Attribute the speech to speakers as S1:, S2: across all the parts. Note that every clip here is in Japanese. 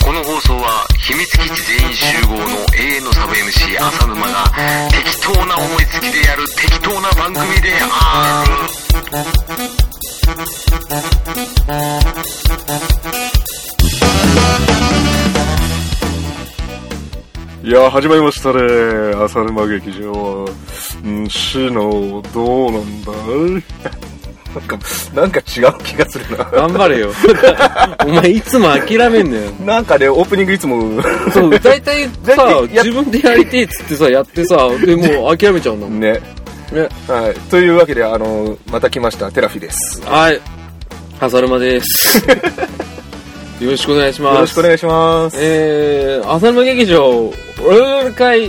S1: 放送は秘密基地全員集合の永遠のサブ MC 浅沼が適当な思いつきでやる適当な番組である
S2: いやー始まりましたね浅沼劇場うんシノどうなんだい なんかなんか違う気がするな
S3: 頑張れよ。 お前いつも諦めんのよ。
S2: なんかねオープニングいつも
S3: そう、大体
S2: 大
S3: さ、
S2: 体やっ
S3: 自分でやりてえっつってさ、やってさ、でもう諦めちゃうんだもん。ね。
S2: ねはいというわけであのまた来ましたテラフィですよ
S3: はい。浅沼です。 よろしくお願いします。
S2: ろしくお願いします
S3: えー、浅沼劇場、俺の会、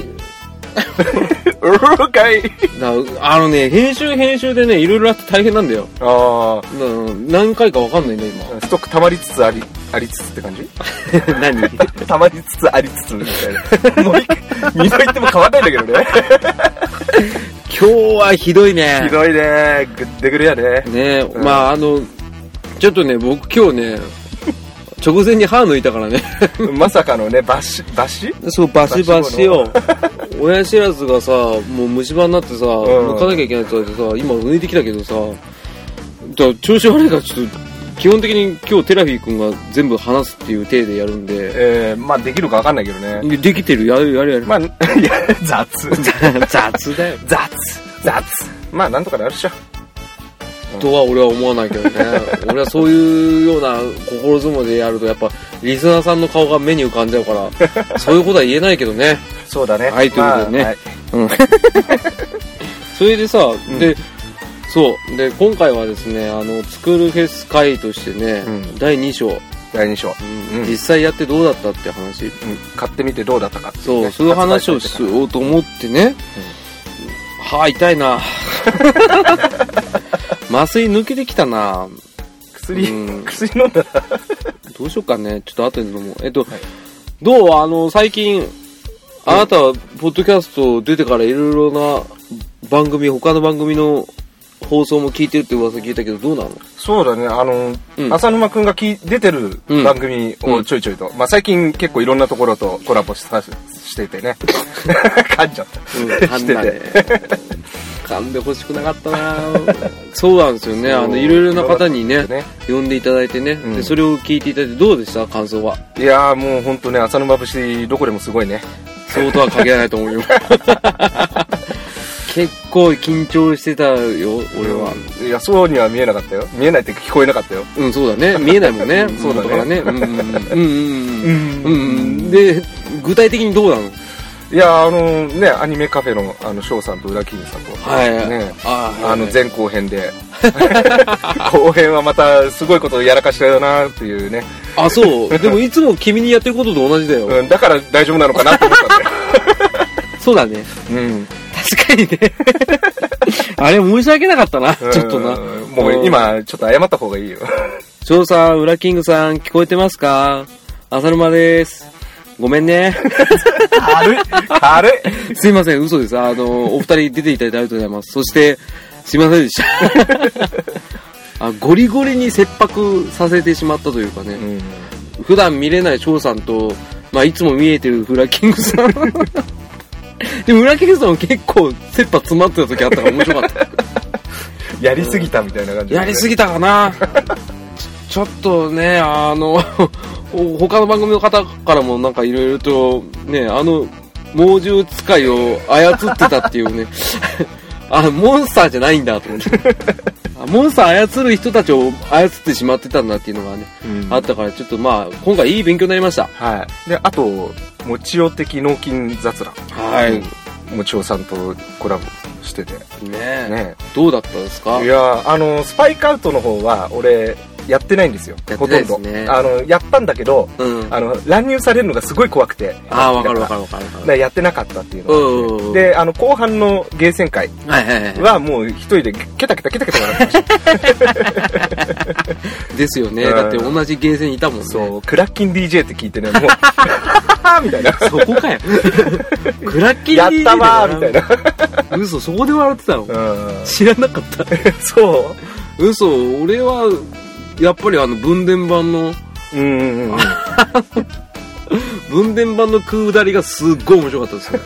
S2: うるかい
S3: だあのね、編集編集でね、いろいろあって大変なんだよ。
S2: あ
S3: だ何回かわかんないんだよ、
S2: あストック溜まりつつありありつつって感 じ
S3: 今。何
S2: 溜まりつつありつつみたいなも う一回二度言っても変わんないんだけどね
S3: 今日はひどいね。
S2: ひ どいねぐってぐるやね
S3: ねえ、
S2: ん
S3: まああのちょっとね僕今日 ね直前に歯抜いたからね
S2: まさかのねバシバシ
S3: そうバシバシを
S2: バ
S3: 親知らずがさもう虫歯になってさ、
S2: ん
S3: 抜かなきゃいけないって言われてさ今抜いてきたけどさだから調子悪いからちょっと基本的に今日テラフィー君が全部話すっていう体でやるんで
S2: えー、まあできるかわかんないけどね
S3: できてるやるやるやる、
S2: まあ、 いや、雑。
S3: 雑だよ
S2: 雑。雑。まあ、なんとかなるっしょ。
S3: とは俺は思わない けどね俺はそういうような心相撲でやるとやっぱリスナーさんの顔が目に浮かんじゃうからそういうことは言えないけどね
S2: そうだね。
S3: はいということでね
S2: まあはい
S3: うんそれでさ、でそうで今回はですねあの作るフェス会としてね、
S2: うん
S3: 第2章、
S2: 第2章。うん
S3: 実際やってどうだったって話
S2: うん買ってみてどうだったかってい
S3: そう、
S2: ね
S3: そういう話をし
S2: 発売
S3: ようと思ってね、はあ痛いな 麻酔抜けてきたな
S2: されて
S3: う
S2: 薬、
S3: ん
S2: 薬飲んだら。
S3: どうしようかね。ちょっと後で飲もう。えっと、
S2: い
S3: どうあの、最近、あなたは、ポッドキャスト出てからいろいろな番組、他の番組の放送も聞いてるって噂聞いたけど、どうなの
S2: そうだね、あの、
S3: うん
S2: 浅沼くんがき出てる
S3: うん
S2: 番組をちょいちょいと、まあ最近結構いろんなところとコラボしさしてて ね。噛んじゃった。
S3: 噛んだね。噛んでほしくなかったなそうなんですよね。あ
S2: そ
S3: の、
S2: う
S3: いろいろな方に
S2: いろ
S3: ね
S2: いろね、
S3: 呼んでいただいてね、
S2: う
S3: で。
S2: ん
S3: それを聞いていただいて、どうでした感想は。
S2: いやーもうほんとね、浅沼節どこでもすごいね。
S3: そうとは限らないと思 うよ。結構緊張してたよ、俺は。
S2: うん。いや、そうには見えなかったよ。見えないって聞こえなかったよ。。
S3: うん、そうだね。見えないもんね
S2: そうだね
S3: からね。うんうんうん。うん
S2: う
S3: うんんうん。うん。で、具体的にどうなの
S2: いやあのねアニメカフェのあの翔さんと裏キングさんと、
S3: はい
S2: ね
S3: あ
S2: あ
S3: はい
S2: の前後編で後編はまたすごいことをやらかしたよなっていうね、
S3: あ、そう。でもいつも君にやってることと同じだよ。
S2: うん、だから大丈夫なのかなと思ったんだよ、
S3: そうだね。
S2: うん、
S3: 確かにね。あれ、申し訳なかったな。ちょっとな
S2: うん。もう。今ちょっと謝った方がいいよ
S3: 翔さん、裏キングさん、聞こえてますか浅沼です。ごめ んね。
S2: 軽い軽い
S3: すいません、嘘です。あの、お二人出ていただいてありがとうございます。そして、すいません でした。あゴリゴリに切迫させてしまったというかね、
S2: うん
S3: 普段見れない翔さんと、まあ、いつも見えてるフラキング さん。でも、フラキングさんも結構、切羽詰まってた時あったから面白かった。
S2: やりすぎたみたいな感じ、
S3: やりす
S2: ぎ
S3: ぎたかな ちょちょっとね、あの、 他の番組の方からもなんかいろいろと、ね、あの、猛獣使いを操ってたっていうね、 あ、モンスターじゃないんだと思って。 あモンスター操る人たちを操ってしまってたんだっていうのがね、
S2: うん
S3: あったから、ちょっとまあ、今回いい勉強になりました。
S2: はいであともちお的脳筋雑談
S3: は
S2: うんもちおさんとコラボしてて
S3: ね
S2: ね
S3: どうだったですか
S2: いやーあのスパイクアウトの方は俺やってないんですよ
S3: やって
S2: ほ
S3: な
S2: と
S3: い
S2: ん
S3: です
S2: ど、
S3: ね
S2: あのやったんだけど
S3: うん。あ
S2: あの乱入されるのがすごい怖くて
S3: あー、わかるわか
S2: る
S3: るわかるわか
S2: だ
S3: る。
S2: からやってなかったっていう
S3: う
S2: の
S3: んうんうん。
S2: であの後半のゲーセン会
S3: はいはいはい。
S2: はもう一人でケタケタケタケタ笑ってました
S3: ですよね。
S2: うん
S3: だって同じゲーセンにいたもんね。
S2: そうクラッキン DJ って聞いてね もう みたいな
S3: そこ かよ。クラッキー
S2: やったわーみたい
S3: な。
S2: な
S3: 嘘、そこで笑ってたの
S2: うん
S3: 知らなかった。
S2: そ
S3: 嘘、俺は、やっぱりあの、分電盤の、
S2: ううんうんうん
S3: 分電盤の下りがすっごい面白かったですよ。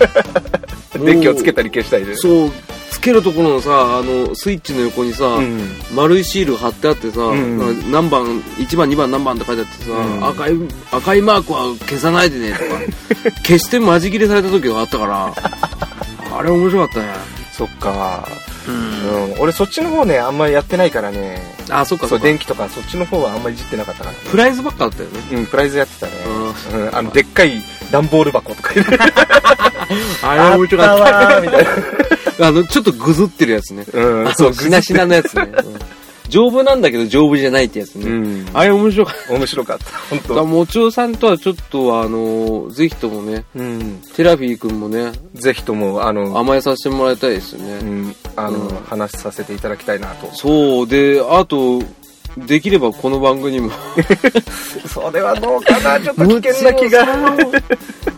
S2: デッキをつけたり消したりで。
S3: そう、つけるところのさ、あの、スイッチの横にさ、
S2: うん。
S3: 丸いシール貼ってあってさ、
S2: ん
S3: なんか何番、1番、2番、何番って書いてあってさ、
S2: ん
S3: 赤い、赤いマークは消さないでねとか、 消してマジ切れされた時があったから、あれ面白かったね。
S2: そっか。
S3: う。
S2: うんん。俺そっちの方ね、あんまりやってないからね。
S3: あ、そっか
S2: そ、
S3: そうっか。
S2: 電気とかそっちの方はあんまりいじってなかったから。
S3: プライズばっかだったよね。
S2: うん、プライズやってたね。
S3: う
S2: うん。あの、でっかい段ボール箱とか入れて。
S3: あれ面白かった。
S2: たわーみたいな。
S3: あの、ちょっとぐずってるやつね。
S2: うん、
S3: そう、しなしなのやつね。うん丈夫なんだけど丈夫じゃないってやつね。
S2: うん
S3: あれ面白かっ
S2: 面白かった。本
S3: た。
S2: 当。
S3: もちおさんとはちょっとあの、ぜひともね、
S2: うん。
S3: テラフィー君もね、
S2: ぜひとも、あの、
S3: 甘えさせてもらいたいですよ
S2: う
S3: ね。
S2: ん、あの、
S3: うん
S2: 話させていただきたいなと。
S3: そう、で、あと、できればこの番組も。
S2: それはどうかなちょっと危険な気が。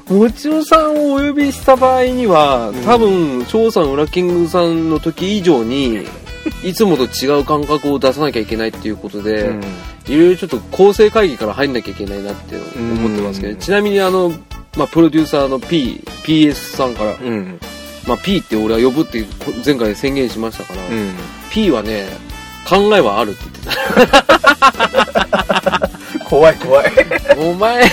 S3: もちおさんをお呼びした場合には、多分、翔さん、ウラキングさんの時以上に、いつもと違う感覚を出さなきゃいけないっていうことで、
S2: うん
S3: いろいろちょっと構成会議から入んなきゃいけないなって思ってますけ
S2: う
S3: ど、
S2: ん
S3: ちなみにあの、まあ、プロデューサーの P、PS さんから、
S2: うん。
S3: まあ、P って俺は呼ぶって前回宣言しましたから、
S2: うん。
S3: P はね、考えはあるって言って
S2: 怖い怖い。
S3: た。お前、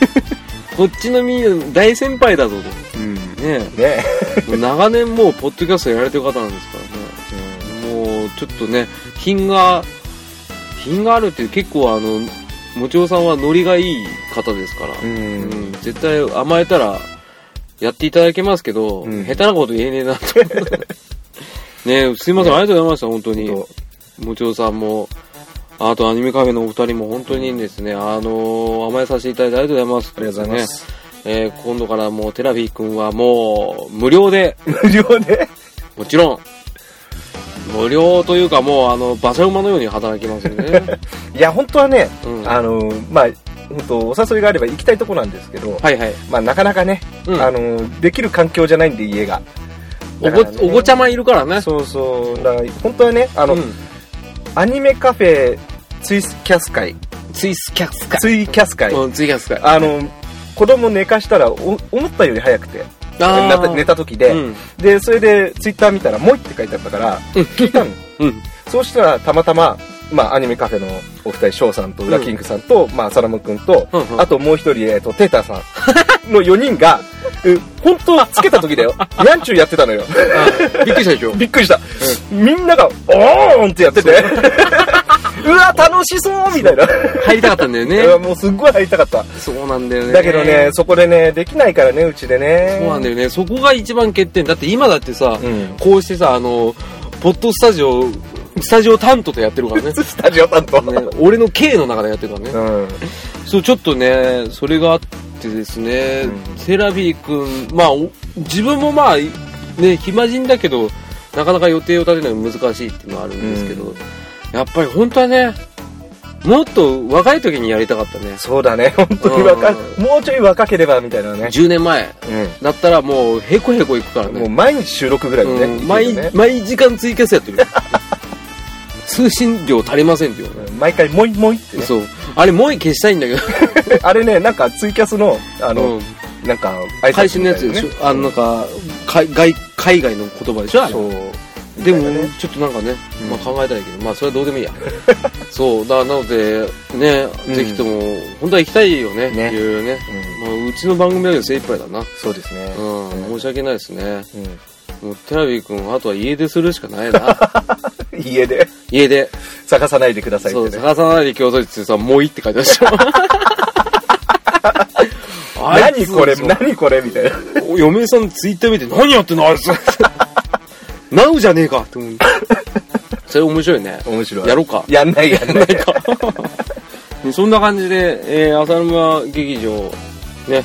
S3: こっちのみ大先輩だぞと。
S2: うん。
S3: ね
S2: ね
S3: えもう長年もうポッドキャストやられてる方なんですからね。もうちょっとね品が品があるっていう結構あのもちおさんはノリがいい方ですから、
S2: うん
S3: ん絶対甘えたらやっていただけますけど、
S2: うん
S3: 下手なこと言えねえなとねえすいません、ありがとうございました本当に
S2: 本
S3: もちおさんもあとアニメカフェのお二人も本当にですね、あのー甘えさせていただいてありがとうございます
S2: ありがとうございます。
S3: ねえー今度からもうテラフィー君はもう無料 で
S2: 無料で。
S3: もちろん、無料というかもう、あの、馬車馬のように働きますよね。
S2: いや、本当はね、
S3: うん
S2: あの、まあ、本当お誘いがあれば行きたいとこなんですけど、
S3: はいはい。
S2: まあ、なかなかね、
S3: うん
S2: あの、できる環境じゃないんで、家が。
S3: お
S2: だからね
S3: ご、おごちゃまいるからね。
S2: そうそう。だから、本当はね、あの、
S3: うん
S2: アニメカフェツイスキャス会、
S3: ツイスキャスか。
S2: ツイキャス会、
S3: うん、ツイキャスか。
S2: あの、子供寝かしたらお思ったより早くて、
S3: ー
S2: な寝た時で、
S3: うん。
S2: で、それでツイッター見たら、もいって書いてあったから、聞いたの。
S3: うん。
S2: そうしたら、たまたま、まあ、アニメカフェのお二人、翔さんと、裏キングさんと、まあ、サラム君と、
S3: うんうん
S2: あともう一人、えっ、と、テーターさん の4人が、え本当はつけた時 だよ。ニャンチューやってたのよ。
S3: あびっくりしたでしょ。
S2: びっくりした。みんなが、おーんってやってて、 うわ、楽しそうみたいな。
S3: 入りたかったんだよ
S2: いや
S3: ね。
S2: もうすっごい入りたかった。
S3: そうなんだよね。
S2: だけどね、。そこでね、できないからね、うちでね。
S3: そうなんだよね。そこが一番欠点。だって今だってさ、
S2: うん。
S3: こうしてさ、あの、ポッドスタジオ、スタジオ担当でやってるからね
S2: スタジオ担当。
S3: ね俺の K の中でやってるからね
S2: う。ん。
S3: そう、ちょっとね、それがあってですね、
S2: うん
S3: セラビー君、まあ、お自分もまあ、いね、暇人だけど、なかなか予定を立てるのが難しいっていうのはあるんですけど、
S2: う
S3: やっぱり本当はね、もっと若い時にやりたかったね。
S2: そうだね、本当に若い、もうちょい若ければ、みたいなね。
S3: 10年前だったらもう、へこへこいくから
S2: うん。もう
S3: ね。
S2: 毎日収録ぐらいでね。
S3: うん毎
S2: いいよね
S3: 毎時間ツイキャスやっ てるよ。通信量足りませんっていうね。
S2: 毎回、もいもいってね。
S3: そう。あれ、もう消したいんだけど。
S2: あれね、なんかツイキャスの、あの、
S3: うん
S2: なんか、挨拶
S3: 会心のやつでし
S2: みた
S3: ょ、
S2: いなね
S3: あの、なんか、海外、海外の言葉でしょあれ
S2: そう。
S3: でも
S2: みたいなね、
S3: ちょっとなんかね、
S2: うん
S3: まあ考えたいけど、まあそれはどうでもいいや。 そう、だなので、ね、
S2: うん
S3: ぜひとも、本当は行きたいよね、
S2: ね
S3: いろいろね。まあうちの番組だけど精一杯だな。
S2: そうですね。
S3: うん、申し訳ないですね。
S2: う
S3: もう、テラビー君、あとは家出するしかない な。
S2: ん。家で
S3: 家出。
S2: 探さないでください
S3: そう、
S2: ってね。
S3: 探さないで競争率ってさ、もういいって書いてま したあい
S2: 何
S3: つ
S2: これ、何これみたいな。
S3: お嫁さんツイッター見て何やってんのあいつナウじゃねえかって思うそれ面白いね
S2: 面白い。
S3: やろうか
S2: やんないや んない。
S3: ねそんな感じで、えー、浅沼劇場ね、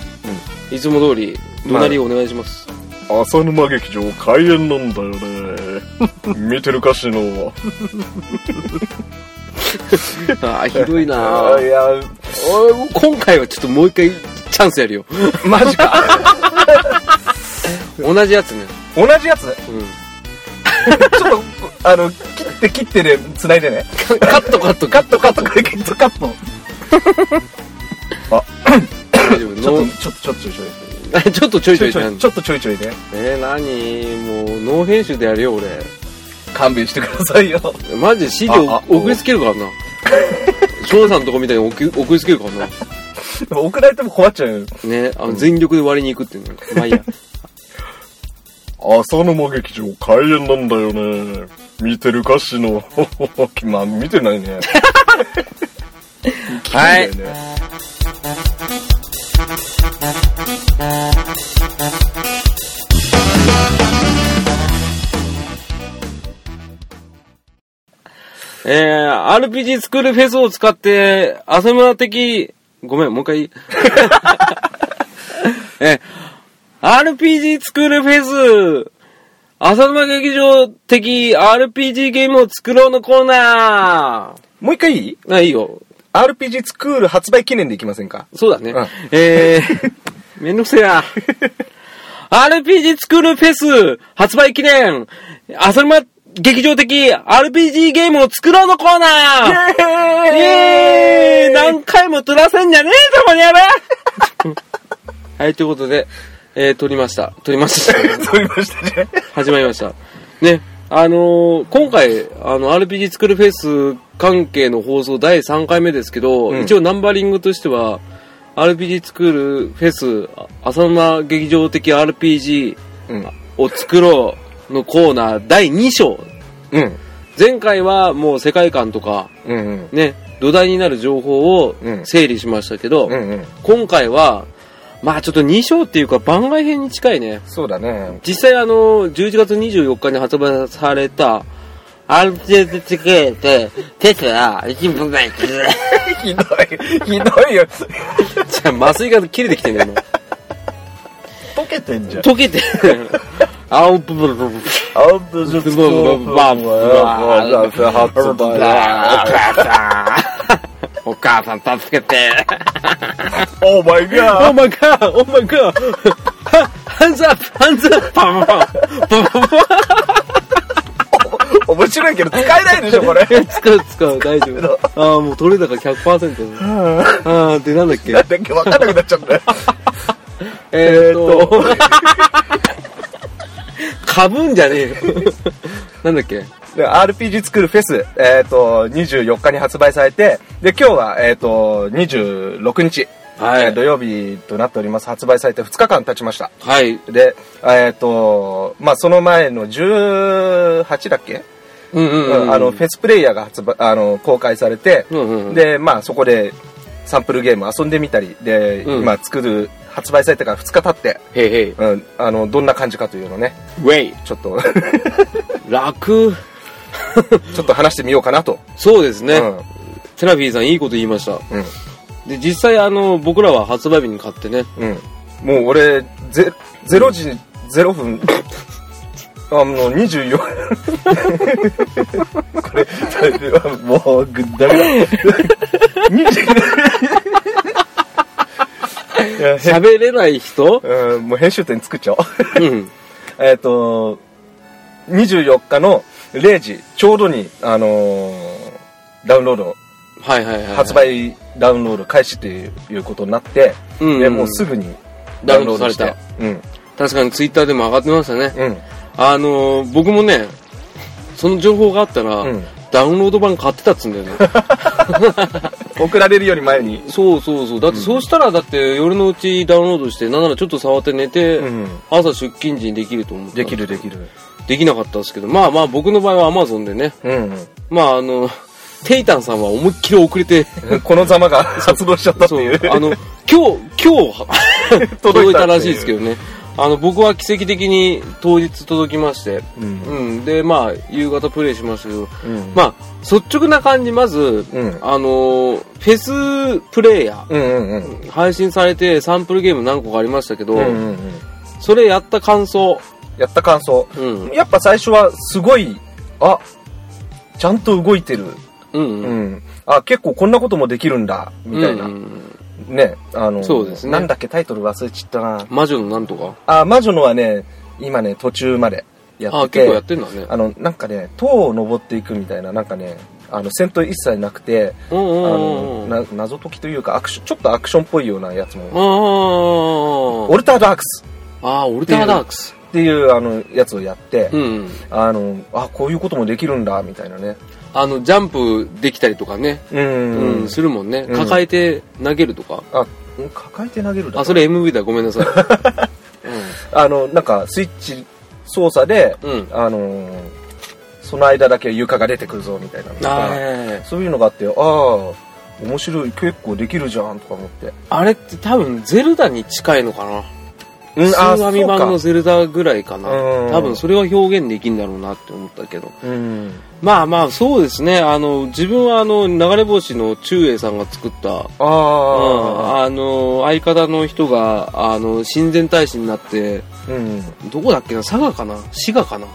S3: いつも通り隣をお願いします、
S2: 浅沼劇場開演なんだよね。見てるかしの。
S3: あーひどいな
S2: あいや、
S3: 俺も今回はちょっともう一回チャンスやるよ
S2: マジ か。
S3: 同じやつね
S2: 同じやつち
S3: うん
S2: ょっと、あの、切って切ってで、繋いでね。
S3: カカットカット
S2: カットカットカットカット。
S3: 大丈夫
S2: ちょ
S3: の
S2: っと、ちょっと、ちょっとちょいちょい。
S3: ち
S2: ちょいち
S3: ょっとちょいちょいち
S2: ょ
S3: ゃ
S2: い、
S3: ん
S2: ちょっとちょいちょい ね。
S3: えー、何もう、ノー編集でやるよ、俺。
S2: 勘弁してくださいよ。
S3: マジで CD
S2: ああ
S3: を送りつけるから な。翔さんのとこみたいに送り送りつけるからな。
S2: でも送られても困っちゃうよ。
S3: ね、あの、全力で割りに行くっていうの。ま あいいや。
S2: 浅沼劇場開演なんだよね。見てる歌詞の。 まあ、見てないね。
S3: はい
S2: 聞んだよね
S3: えー、RPG スクールフェスを使って、浅村的、ごめん、もう一回い いえー、RPG スクールフェス、浅沼劇場的 RPG ゲームを作ろうのコーナ
S2: もう一回いい
S3: ーあ、いいよ。
S2: RPG スクール発売記念でいきませんか
S3: そうだね。
S2: うん
S3: えー、 めんどくせえな。RPG スクールフェス発売記念、浅沼劇場的 RPG ゲームを作ろうのコーナーイエーイ何回も撮らせんじゃねえとこにやべ はい、ということで、えー、撮りました。撮りました。
S2: 撮りましたね。
S3: 始まりました。ね、あのー今回、あの、RPG 作るフェス関係の放送第3回目ですけど、
S2: ん
S3: 一応ナンバリングとしては、RPG 作るフェス、あ浅沼劇場的 RPG
S2: うん。
S3: を作ろうのコーナー第2章。
S2: うん。
S3: 前回はもう世界観とか、
S2: うん。
S3: ね、土台になる情報を
S2: うん
S3: 整理しましたけど、
S2: うん。うん。
S3: 今回は、まあちょっと2章っていうか番外編に近いね。
S2: そうだね。
S3: 実際あの、11月24日に発売された、アルティティケーテ、テスラ、一分ない。じ
S2: ひどい。ひどいよ。
S3: ゃあ、麻酔が切れてきてんね、今。
S2: 溶けてんじゃん。
S3: 溶けて。あおぶぶぶぶ。
S2: アウトジョ
S3: ブンブンバンブン
S2: 発売。
S3: お母さん助けて。
S2: オーマイガー。
S3: my god! Oh my god! Hands up! Hands up! パンパンパンパンパン
S2: 面白いけど使えないでしょ、これ。
S3: 使う使う大丈夫ああもう取れ高100%ああってなんだっけ
S2: なんだっけ、わかんなくなっちゃった。
S3: えーっ
S2: ー
S3: とかぶんじゃねえよ なんだっけ
S2: で RPG 作るフェス、えっ、と、24日に発売されて、で、今日は、えっ、と、26日、
S3: はい
S2: えー土曜日となっております。発売されて2日間経ちました。
S3: はい
S2: で、えっ、と、まあ、その前の18だっけ、
S3: うんうんうん、
S2: うんあの、フェスプレイヤーが発売、あの、公開されて、
S3: うんうんうん
S2: で、まあ、そこで、サンプルゲーム遊んでみたり、で、
S3: うん
S2: 今作る、発売されてから2日経って、
S3: へいへい
S2: うん、あの、どんな感じかというのをね、
S3: ウェイ
S2: ちょっと、
S3: 楽
S2: ちょっと話してみようかなと。
S3: そうですね、
S2: うん
S3: テラフィーさんいいこと言いました
S2: うん。
S3: で実際あの僕らは発売日に買ってね
S2: うん。もう俺、ゼ、ゼロ時ゼロ分、あの、24、これ、もう、ぐだめだ。 いやへ
S3: 喋れない人
S2: うん、もう編集点作っちゃおう。
S3: うん
S2: えっと、24日の0時、ちょうどに、あのーダウンロード、
S3: はいはいはい、はい、
S2: 発売ダウンロード開始といういうことになって、
S3: うんうん
S2: でもうすぐに
S3: ダウンロードされ
S2: ダ
S3: た
S2: ウンロードして。
S3: 確かにツイッターでも上がってましたね
S2: うん。うん。
S3: あのー僕もねその情報があったら、
S2: うん
S3: ダウンロード版買ってたっつうんだよね
S2: 送られるより前に。
S3: そうそうそうだってそうしたらだって夜のうちダウンロードしてなんならちょっと触って寝て、
S2: うん
S3: 朝出勤時にできると思って
S2: できるできる。
S3: できなかったんですけどまあまあ僕の場合は Amazon でね
S2: うん。
S3: まああのテイタンさんは思いっきり遅 れて
S2: このざまが発動しちゃったって
S3: そう
S2: いう。
S3: あの今日 今日届いたらしいですけ
S2: ど。
S3: どねあの僕は奇跡的に当日届きまして、
S2: うん
S3: うん、でまあ夕方プレイしましたけど、
S2: うん
S3: まあ率直な感じまず、
S2: うん
S3: あのーフェスプレイヤー、
S2: うんうんうん。
S3: 配信されてサンプルゲーム何個かありましたけど、
S2: うんうんうん。
S3: それやった感想
S2: やった感想。
S3: うん
S2: やっぱ最初はすごい、あ、ちゃんと動いてる。
S3: うんう
S2: うんん。あ、結構こんなこともできるんだ。みたいな
S3: うんう。ん
S2: ね。あの、
S3: そうですね
S2: なんだっけタイトル忘れちったな。
S3: 魔女のなんとか
S2: あ、魔女のはね、今ね、途中までや
S3: あ
S2: っ
S3: 結
S2: て。
S3: 構やっててんだね
S2: あの、なんかね、塔を登っていくみたいな、なんかね、あの戦闘一切なくて、
S3: うん
S2: あ
S3: うんう
S2: の
S3: んうん。あ
S2: な謎解きというかアクションちょっとアクションっぽいようなやつも「
S3: あ。
S2: オルターダークス」
S3: ああ、オルターダークス。
S2: っていうあのやつをやって、
S3: うん。
S2: あのあこういうこともできるんだみたいなね
S3: あの、ジャンプできたりとかね。
S2: うん
S3: うん、するもんね。
S2: うん
S3: 抱えて投げるとか。
S2: あん抱えて投げるだ
S3: あ、それ MV だ。ごめんなさい。
S2: あのなんかスイッチ操作で、
S3: うん。うん。
S2: あのーその間だけ床が出てくるぞみたいなのと
S3: あ
S2: か
S3: ー
S2: そういうのがあってああ面白い結構できるじゃんとか思って
S3: あれって多分、ゼルダに近いのかな。
S2: う
S3: スーファミ版のゼルダぐらいかな。
S2: うん
S3: 多分、それは表現できんだろうなって思ったけど。
S2: うん
S3: まあまあ、そうですね。あの、自分はあの、流れ星の中英さんが作った、
S2: ああ
S3: うんあの、相方の人が、あの、親善大使になって、
S2: うん
S3: どこだっけな佐賀かな滋賀かな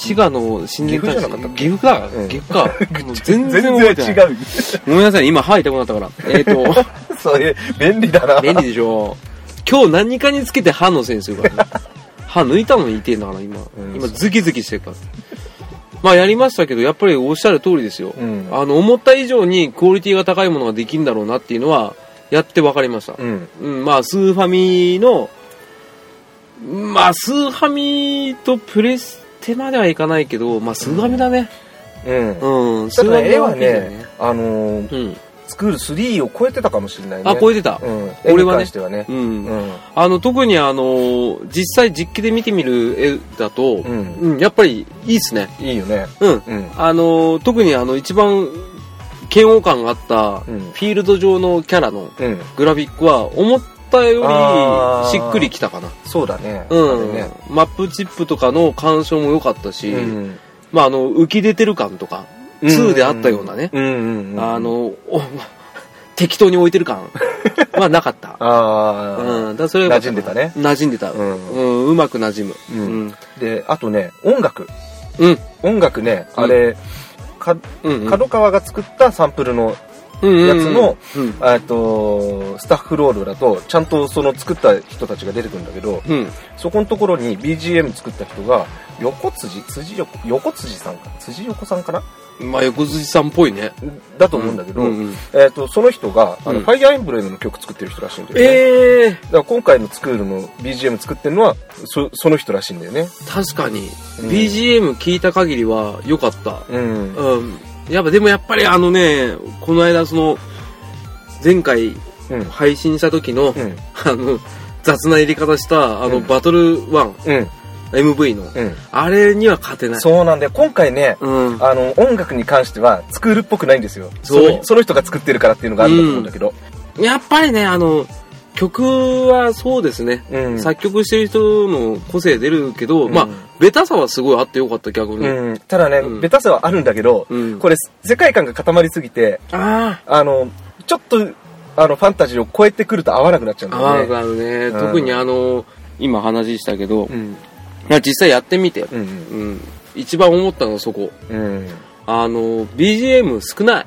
S3: 滋賀の親善大
S2: 岐阜じ
S3: 使
S2: ゃなかったっけ
S3: 岐阜か、
S2: うん
S3: 岐阜か。もう全然覚えてない。
S2: 違う
S3: ごめんなさい、今歯痛くなったから。えっ、と、
S2: それ便利だな
S3: 便利でしょ今日何かにつけて歯のせいにするからね。歯抜いたのに痛いんだから、今。
S2: うん
S3: 今、ズキズキしてるから。まあ、やりましたけど、やっぱりおっしゃる通りですよ。
S2: うん
S3: あの、思った以上にクオリティが高いものができるんだろうなっていうのは、やって分かりました。
S2: うん
S3: うん、まあ、スーファミの、まあ、スーファミとプレステまではいかないけど、まあ、スーファミだね。
S2: うん
S3: うん、ス
S2: た
S3: ーフ
S2: だ
S3: ァミ
S2: 絵は
S3: 大きいんだよ
S2: ね、あのー、
S3: うん。
S2: 作る3を超えてたかもしれないね。
S3: あ、超えてた。
S2: うん。絵に
S3: 俺はね
S2: 関してはね。
S3: うん
S2: う。ん。
S3: あの、特にあの、実際実機で見てみる絵だと、
S2: う
S3: うんん、やっぱりいいっすね。
S2: いいよね。
S3: うん。
S2: うん。
S3: あの、特にあの、一番嫌悪感があった、
S2: うん
S3: フィールド上のキャラの
S2: うん。
S3: グラフィックは、思ったよ
S2: あー
S3: りしっくりきたかな。
S2: そうだね。
S3: う
S2: あ
S3: ん、
S2: れね。
S3: マップチップとかの干渉も良かったし、
S2: うん。
S3: まあ、あの、浮き出てる感とか、
S2: うん
S3: 2であったようなね、
S2: うんうんうん。
S3: あ、の、お 適当に置いてる感はなかった。
S2: あ
S3: うん、だからそれは良か
S2: 馴
S3: っ
S2: 染んでたね
S3: 馴染んでた。う、
S2: うんん
S3: うんうまく馴染む。
S2: う
S3: うんん。
S2: あ。で、あとね、音楽。
S3: うん。
S2: 音楽ね、
S3: うん
S2: あれ、か、
S3: うん。うん。
S2: 角川が作ったサンプルの、
S3: うん
S2: やつの、
S3: うん。
S2: えっと、スタッフロールだと、ちゃんとその作った人たちが出てくるんだけど、
S3: うん。
S2: そこのところに BGM 作った人が、横辻、辻横、横辻さんか、辻横さんかな
S3: うん。まあ、横辻さんっぽいね。
S2: だと思うんだけど、
S3: うんうんうん
S2: えっ、と、その人が、あの、
S3: うん
S2: ファイアーエンブレムの曲作ってる人らしいんだよね。
S3: ええ
S2: だから今回のスクールの BGM 作ってるのは、そ、その人らしいんだよね。
S3: 確かに、
S2: うん
S3: BGM 聞いた限りは良かった。
S2: うん。
S3: うん。やっぱ、でもやっぱりあのね、この間その、前回
S2: うん。
S3: 配信した時の、
S2: うん。
S3: あの、雑な入れ方した、あの、
S2: うん
S3: バトル1、
S2: うん。
S3: MV の、
S2: うん。
S3: あれには勝てない。
S2: そうなんだよ。今回ね、
S3: うん。
S2: あの、音楽に関しては、スクールっぽくないんですよ。
S3: そう
S2: のその人が作ってるからっていうのがあるんだと思うんだけど。
S3: やっぱりね、あの、曲はそうですね。
S2: うん。
S3: 作曲してる人の個性出るけど、
S2: うん
S3: まあ、ベタさはすごいあってよかった、逆に。
S2: うん。ただね、
S3: うん
S2: ベタさはあるんだけど、
S3: うん
S2: これ、世界観が固まりすぎて、
S3: あ
S2: あの、ちょっと、あの、ファンタジーを超えてくると合わなくなっちゃうん
S3: あ、
S2: だ
S3: 合わ
S2: よね。
S3: なくなるね。
S2: うん
S3: 特にあの、今話したけど、
S2: うん。
S3: いや実際やってみて、
S2: うん。
S3: うん。一番思ったのはそこ。
S2: うん。
S3: あの、BGM 少ない。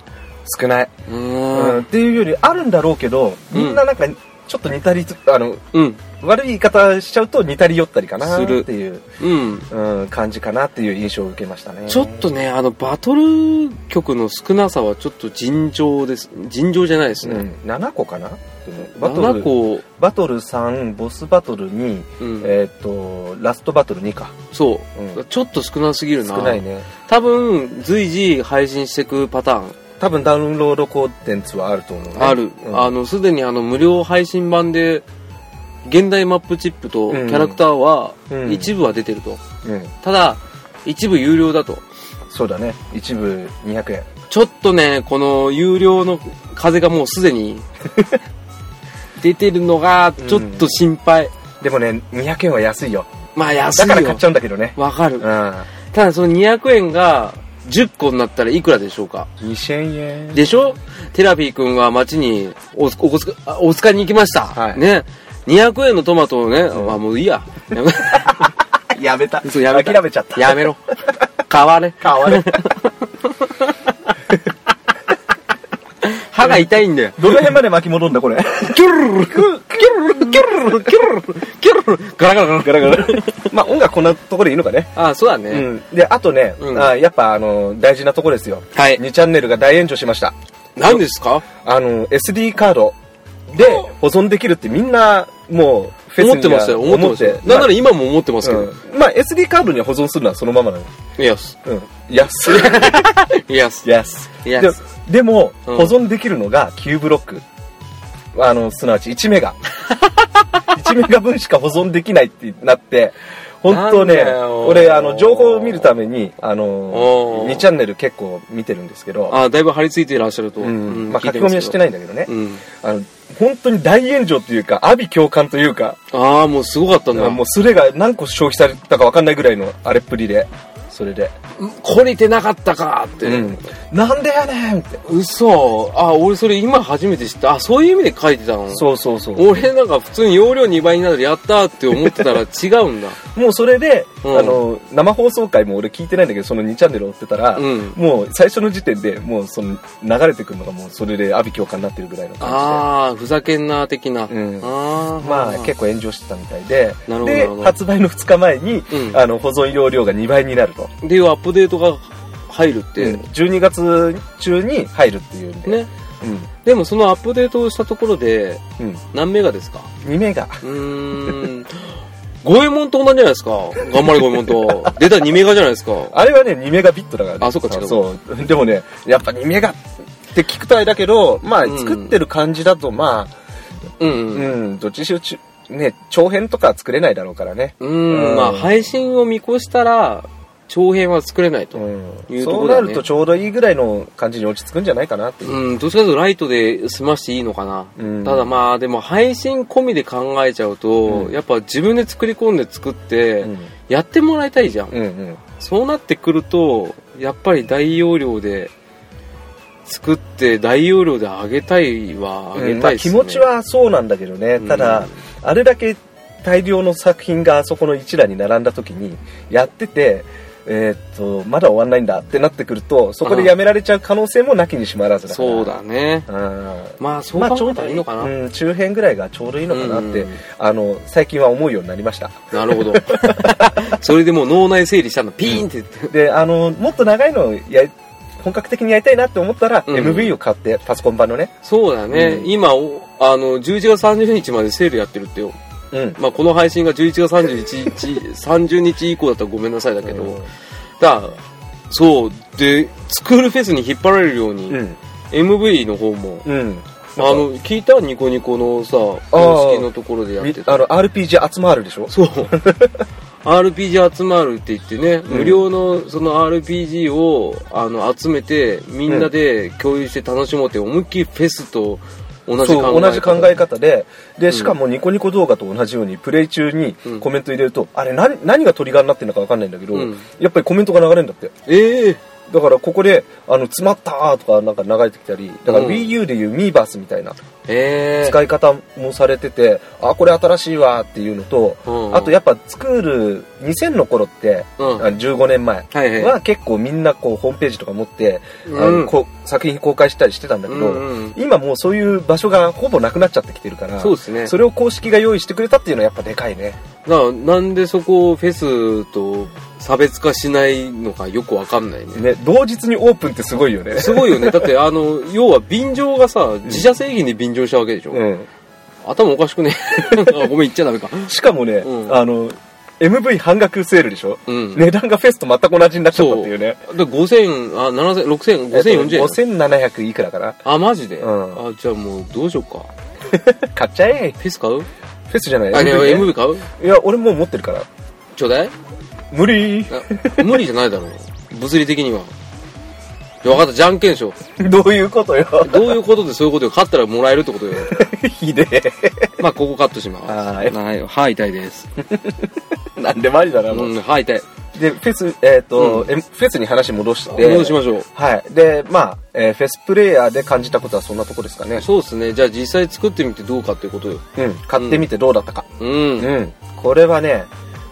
S2: 少ない。
S3: う
S2: うん
S3: ん。
S2: っていうよりあるんだろうけど、
S3: うん
S2: みんななんかちょっと似たりつあの
S3: うん。
S2: 悪い言い方しちゃうと似たり寄ったりかな
S3: する
S2: っていう、
S3: うん。
S2: うん、感じかなっていう印象を受けましたね
S3: ちょっとね、あの、バトル曲の少なさはちょっと尋常です。尋常じゃないです
S2: うん、
S3: ね。
S2: 7個かなでもバト
S3: 7
S2: ル
S3: 個、
S2: バトル3ボスバトル2、
S3: うん
S2: えっ、とラストバトル2か、
S3: そうう。
S2: ん、
S3: ちょっと少なすぎるな。
S2: 少ないね
S3: 多分、随時配信していくパターン
S2: 多分ダウンロードコンテンツはあると思うね
S3: ある。
S2: うん
S3: あの、すでにあの、無料配信版で、現代マップチップとキャラクターは
S2: うん、
S3: 一部は出てると。
S2: うん、
S3: ただ、一部有料だと。
S2: そうだね一部200円
S3: ちょっとね、この有料の風がもうす でに出てるのが、ちょっと心配。
S2: でもね200円は安いよ
S3: まあ安
S2: だ
S3: い
S2: から買っ
S3: よ
S2: ち。ゃうんだけどね
S3: わか
S2: う
S3: る
S2: ん。2000
S3: ただその200円が10個になったらいくらでしょうか
S2: 円
S3: でしょテラピー君は街におおこつかあお使いに行きました。
S2: はい
S3: ね。200円のトマトをね、まあもういいや。やめ
S2: やめた。
S3: そうやめた
S2: 諦めちゃった。
S3: やめろ。買われ。
S2: 変わる。
S3: 歯が痛いんだよ。
S2: どの辺まで巻き戻んだ、これ。
S3: キュルルルルルルルキュルルル、キュルルル、キュルルル、ガラガラガラ。
S2: ガラガラ。 まあ音楽こんなところでいいのかね。
S3: ああ、そうだ
S2: う
S3: ね。
S2: ん。で、あとね、
S3: うん
S2: あやっぱあの、大事なところですよ。
S3: はい
S2: 2チャンネルが大炎上しました。
S3: 何ですか
S2: あの、SD カードで保存できるってみんな、もう、フェスに
S3: 思ってましたよ、思ってましたよ。
S2: な
S3: なんん
S2: な
S3: な
S2: ら
S3: ら今も思ってますけど。
S2: まあ SD カードには保存するのはそのままなの。
S3: イエス。
S2: うん。 安い。
S3: イエス。
S2: 安い。
S3: イエ
S2: で
S3: ス。
S2: でも、
S3: うん
S2: 保存できるのが9ブロック。あの、すなわち1メガ。1メガ分しか保存できないってなって、本当ね
S3: なんだ、よ
S2: 俺、あの、情報を見るために、あの、
S3: おー
S2: 2チャンネル結構見てるんですけど、
S3: ああ、だいぶ張り付いていらっしゃると。
S2: うんまあ、書き込みはして
S3: ない。
S2: ないんだけどね、
S3: うん。
S2: あの、本当に大炎上というか、阿鼻共感というか、
S3: ああ、もうすごかったんだ。
S2: もうスレが何個消費されたか分かんないぐらいのあれっぷりで、それで、
S3: 懲りてなかったかって。
S2: うんなんでやねんって。
S3: 嘘。あ、俺それ今初めて知った。あ、そういう意味で書いてたの
S2: そうそうそう。
S3: 俺なんか普通に容量2倍になるやったーって思っ てたら違うんだ。
S2: もうそれで、
S3: うん
S2: あの、生放送回も俺聞いてないんだけど、その2チャンネル追ってたら、
S3: うん
S2: もう最初の時点で、もうその流れてくるのがもうそれで阿鼻共感になってるぐらいの感
S3: ああ、ふざけんなー的な。
S2: うん
S3: ああ、
S2: じで。まあ結構炎上してたみたいで
S3: なるほど、な
S2: で
S3: るほ、ど
S2: 発売の2日前に、
S3: うん
S2: あの、保存容量が2倍になると。
S3: で、アップデートが入るって。
S2: で、12月中に入るっていうんで。
S3: ね。でもそのアップデートをしたところで、
S2: うん。うん。
S3: 何メガですか
S2: 2メガ。
S3: う ーん。五右衛門と同じじゃないですか。頑張れ五右衛門と。出た2メガじゃないですか。
S2: あれはね、2メガビットだからね。
S3: あそっか違う
S2: そう。でもね、やっぱ2メガって聞くとあれだけど、まあ
S3: うん
S2: 作ってる感じだと、まあ、
S3: うんうん。
S2: うん、どっちにしろち、ね、長編とかは作れないだろうからね。
S3: うん、まあ配信を見越したら、長編は作れないと。
S2: うん、
S3: いうと
S2: そ
S3: こ
S2: う
S3: だね
S2: なるとちょうどいいぐらいの感じに落ち着くんじゃないかなっていう。
S3: うん、どっちかというとライトで済ましていいのかな。
S2: うん
S3: ただまあ、でも配信込みで考えちゃうと、
S2: うん
S3: やっぱ自分で作り込んで作って
S2: う、ん、
S3: やってもらいたいじゃん。
S2: うん、うん。
S3: そうなってくると、やっぱり大容量で、作って大容量で上げたいは上
S2: う
S3: げ
S2: んま
S3: た
S2: あ
S3: いで
S2: 気
S3: すね、
S2: 持ちはそうなんだけどね。
S3: うん
S2: ただ、あれだけ大量の作品があそこの一覧に並んだ時に、やってて、えーっと、まだ終わんないんだってなってくると、そこでやめられちゃう可能性もなきにしもあらずだから。
S3: そうだね。
S2: うん。
S3: まあ、そう
S2: まあ、ち
S3: 考
S2: ょ
S3: え
S2: うど
S3: たらいいのかな。
S2: うん、中編ぐらいがちょうどいいのかなって、
S3: うん
S2: あの、最近は思うようになりました。
S3: なるほど。 それでもう脳内整理したの、ピーンって言って。
S2: であのもっと長いのをや本格的にやりたいなって思ったら、
S3: うん
S2: MV を買ってパソコン版のね、
S3: そうだね。
S2: うん
S3: 今、おあの、11月30日までセールやってるってよ。
S2: うん、
S3: まあ、この配信が11月31日、30日以降だったらごめんなさいだけど、だそう、で、スクールフェスに引っ張られるように、
S2: うん、
S3: MV の方も、
S2: うん、
S3: あの、聞いたニコニコのさ、公式のところでやっ
S2: み
S3: てた。
S2: あの RPG 集まるでしょ、
S3: そう。RPG 集まるって言ってね、
S2: ん
S3: 無料のその RPG をあの集めてみんなで共有して楽しもうって思いっきりフェスと同じ考
S2: そ
S3: え
S2: う
S3: 方
S2: 同じ考え方ででしかもニコニコ動画と同じようにプレイ中に
S3: うん
S2: コメント入れると、あれ何何がトリガーになってるのか分かんないんだけど、
S3: うん
S2: やっぱりコメントが流れるんだって
S3: ええ
S2: だからここで「あの詰まった!」とかなんか流れてきたりだから
S3: うん
S2: WiiU でいう Miiverse みたいな
S3: ええ
S2: 使い方もされてて、あこれ新しいわっていうのと、
S3: うん
S2: あとやっぱスクール2000の頃って、
S3: うん
S2: あの15年前
S3: はいはい
S2: は結構みんなこうホームページとか持って、あ
S3: う
S2: の
S3: ん
S2: こう作品公開したりしてたんだけど、
S3: うんうん
S2: 今もうそういう場所がほぼなくなっちゃってきてるから
S3: そうですね
S2: それを公式が用意してくれたっていうのはやっぱでかいね
S3: だからなんでそこをフェスと差別化しないのかよくわかんないね
S2: ね同日にオープンってすごいよね、
S3: すごいよねだってあの要は便乗がさ自社製品に便乗したわけでし ょ、
S2: うん、
S3: 頭おかしくね あごめん言っちゃダメか
S2: しかもね、
S3: うん
S2: あの MV 半額セールでしょ、
S3: うん
S2: 値段がフェスと全く同じになっちゃったっていうね
S3: で5000あ7000 6000 5040円、
S2: 5700いくらかな
S3: あマジで、
S2: うん
S3: あじゃあもうどうしようか
S2: 買っちゃえ
S3: フェス買う
S2: フェスじゃない
S3: あいや
S2: MV ね
S3: MV 買う
S2: いや、俺もう持ってるから。
S3: ちょうだい
S2: 無理
S3: あ無理じゃないだろう物理的には分かったじゃんけんしよ
S2: どういうことよ。
S3: うどういうことでそういうことよ勝ったらもらえるってことよ
S2: ひで
S3: まあここカットします
S2: はい
S3: はい歯痛いです
S2: え。なんでマジだな、もう。
S3: うん歯痛い
S2: で、フェス、えっ、と、えフェスに話戻して。
S3: どうしましょう
S2: はい。で、まあ、えーフェスプレイヤーで感じたことはそんなとこですかね。
S3: そうですねじゃあ実際作ってみてどうかっていうことよ
S2: うん。買ってみてどうだったか。
S3: うん
S2: うん。これはね、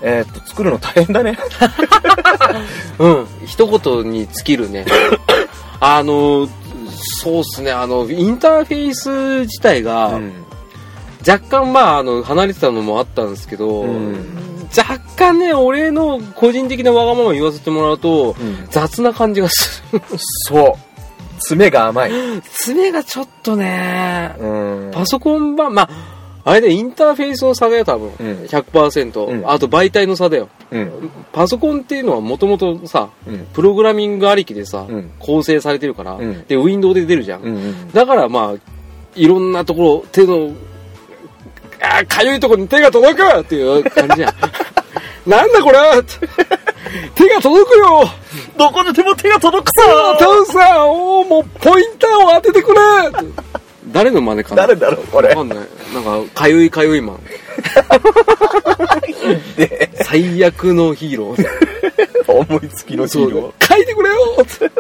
S2: えっ、と、作るの大変だ ね。
S3: うん、一言に尽きるね。 あの、そうっすね、あの、インターフェース自体が、
S2: ん。
S3: 若干まあ、あの、離れてたのもあったんですけど、
S2: うん
S3: 若干ね、俺の個人的なわがままを言わせてもらうと、
S2: うん
S3: 雑な感じがする。
S2: そう爪が甘い、
S3: 爪がちょっとね、
S2: うん、
S3: パソコン版、まあ、あれでインターフェースの差だよ、多分。
S2: うん
S3: 100%、
S2: うん
S3: あと媒体の差だよ。
S2: うん
S3: パソコンっていうのはもともとさ、
S2: うん
S3: プログラミングありきでさ、
S2: うん
S3: 構成されてるから、
S2: うん
S3: で、ウィンドウで出るじゃん。
S2: うんうん
S3: だからまあ、いろんなところ、手の、あーかゆいところに手が届くっていう感じじ ゃん。なんだこれって手が届く よ
S2: どこで手も手が届くさ
S3: お父さんおーもうポインターを当ててくれ誰の真似かな
S2: 誰だろうこれ
S3: わかんない。なんか、かゆいかゆ いマン。最悪のヒーロー。
S2: 思いつきのヒーロ
S3: 書いてくれよって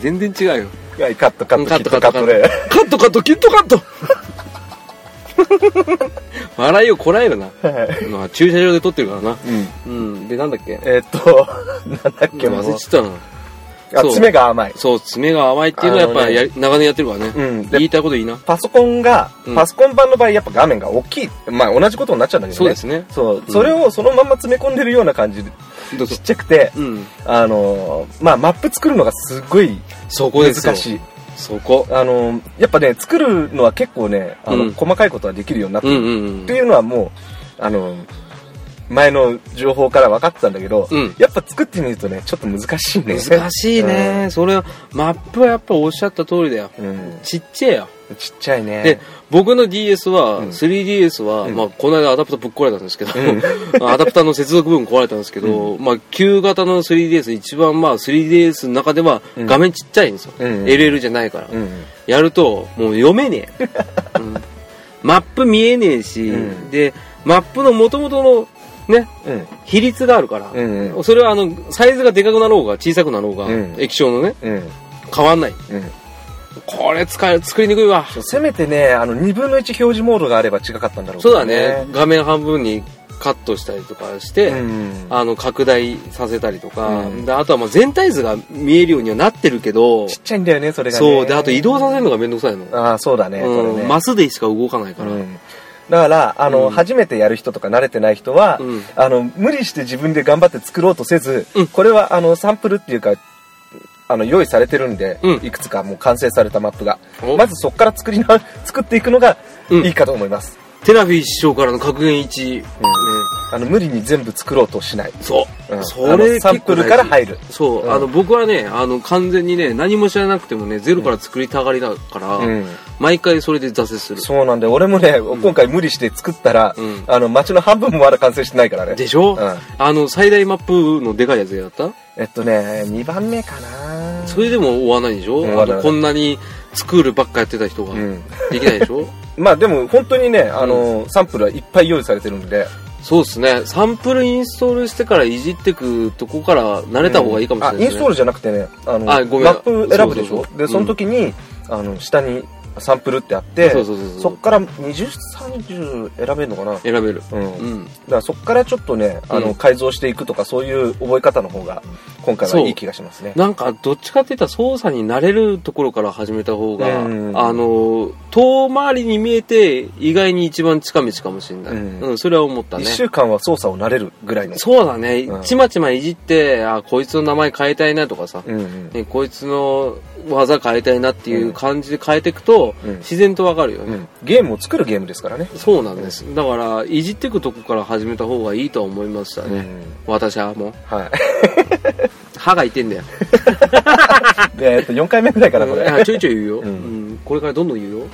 S3: 全然違うよ。
S2: ーはいカットカット
S3: カ
S2: カッ
S3: ット
S2: ト
S3: カ
S2: カ
S3: ッ
S2: ット
S3: トカ
S2: カ
S3: ッ
S2: ッ
S3: ト
S2: トね
S3: カットカット、キットカット笑いをこらえるな。まあ、駐車場で撮ってるからな。
S2: うん
S3: うん。で、なんだっけ
S2: えーっとなんだっけも
S3: 忘れちゃったな。
S2: あ
S3: そう
S2: 爪が甘い
S3: そう、爪が甘いっていうのはやっぱりやり長年やってるからね。
S2: うんで
S3: 言いたいこといいな。
S2: パソコンが、
S3: うん
S2: パソコン版の場合やっぱ画面が大きいまあ同じことになっちゃうんだけどね
S3: そうですね。
S2: そう、
S3: ん
S2: それをそのまんま詰め込んでるような感じで
S3: どう
S2: ち
S3: ぞ
S2: っちゃくて、
S3: うん。
S2: あのーまあマップ作るのがすごい
S3: そこですよ。
S2: 難しい
S3: そこ。
S2: あのーやっぱね作るのは結構ねあの、
S3: うん
S2: 細かいことはできるようになって
S3: う
S2: る、
S3: んうんうん
S2: って。いうのはもうあのー前の情報から分かってたんだけど、
S3: うん
S2: やっぱ作ってみるとねちょっと難しいね
S3: 難しいね、それはマップはやっぱおっしゃった通りだよ
S2: うん、うん
S3: ちっちゃいよ、
S2: ちっちゃいね
S3: で僕の DS は、
S2: うん
S3: 3DS は、
S2: うん
S3: まあ、この間アダプターぶっ壊れたんですけど、 アダプターの接続部分壊れたんですけど、まあ、旧型の 3DS 一番まあ 3DS の中では
S2: うん
S3: 画面ちっちゃいんですよ、
S2: うん
S3: LL じゃないから、
S2: うん
S3: やるともう読めね え、うんマップ見えねえし、
S2: うん
S3: でマップの元々のね
S2: うん
S3: 比率があるから、
S2: うんうん
S3: それはあのサイズがでかくなろうが小さくなろうが、
S2: うん
S3: 液晶のね
S2: うん
S3: 変わんない
S2: うん
S3: これ使え作りにくいわ
S2: せめてねあの2分の1表示モードがあれば近かったんだろうけ
S3: そう
S2: ど
S3: だね画面半分にカットしたりとかして、
S2: うん
S3: あの拡大させたりとか、
S2: うん
S3: であとはまあ全体図が見えるようにはなってるけど、
S2: ちっちゃいんだよねそれがね
S3: そうであと移動させるのがめんどくさいの、
S2: ああそうだね、こ
S3: う
S2: れ
S3: ん、
S2: ね
S3: マスでしか動かないから、
S2: うんだからあの、
S3: うん
S2: 初めてやる人とか慣れてない人は、
S3: うん
S2: あの無理して自分で頑張って作ろうとせず、
S3: うん
S2: これはあのサンプルっていうかあの用意されてるんで、
S3: うん
S2: いくつかもう完成されたマップが
S3: お
S2: まずそこから作りな 作っていくのが
S3: うん
S2: いいかと思います、
S3: テラフィー師匠からの格言1、ね、
S2: あの無理に全部作ろうとしない、
S3: そう、
S2: うん
S3: そ
S2: あ
S3: れ
S2: のサンプルから
S3: 結構大
S2: 入
S3: 事
S2: る
S3: そう、
S2: うん
S3: あの僕はねあの完全にね何も知らなくてもねゼロから作りたがりだから、
S2: うん
S3: 毎回それで挫折する
S2: そうなんで俺もね、今回無理して作ったら、
S3: うん
S2: あの街の半分もまだ完成してないからね
S3: でしょ、
S2: うん
S3: あの最大マップのでかいやつやった
S2: えっとね2番目かな
S3: それでも終わらないでしょ、
S2: うん
S3: あ
S2: 終わらな
S3: の
S2: い
S3: こんなにスクールばっかやってた人が
S2: うん
S3: できないでしょ、
S2: まあでも本当にね、あのサンプルはいっぱい用意されてるんで。
S3: そうですねサンプルインストールしてからいじってくとこから慣れた方がいいかもしれな
S2: あ、
S3: いで
S2: イン
S3: す
S2: ス
S3: ね、
S2: トールじゃなくてね、あの、
S3: あごめん
S2: マップ選ぶでし
S3: そ
S2: ょ
S3: うそうそう
S2: で、その時に、あの、下にサンプルってあって、
S3: そうそうそうそう
S2: そっから20、30選べるのかな
S3: 選べる
S2: うん。だ
S3: う
S2: か
S3: ん
S2: らそっからちょっとね、あの、
S3: うん
S2: 改造していくとか、そういう覚え方の方が、今回はいい気がしますね。
S3: なんかどっちかっていったら操作に慣れるところから始めた方が、
S2: うん
S3: あの遠回りに見えて意外に一番近道かもしれない、う
S2: うんん
S3: それは思った
S2: 一
S3: ね
S2: 週間は操作を慣れるぐらいの。
S3: そうだね、
S2: うん
S3: ちまちまいじってあこいつの名前変えたいなとかさ、
S2: うんうん。
S3: ね、こいつの技変えたいなっていう感じで変えていくと、
S2: うん
S3: 自然とわかるよ
S2: う
S3: ね、
S2: ん。ゲームを作るゲームですからね。
S3: そうなんですだからいじっていくとこから始めた方がいいとは思いました
S2: う
S3: ね、
S2: ん。
S3: 私はもう
S2: はい。
S3: 歯が痛いんだよ
S2: で、えっと、4回目ぐらいかな、これ。
S3: うんあちょいちょい言うよ、う
S2: うんん
S3: これからどんどん言うよ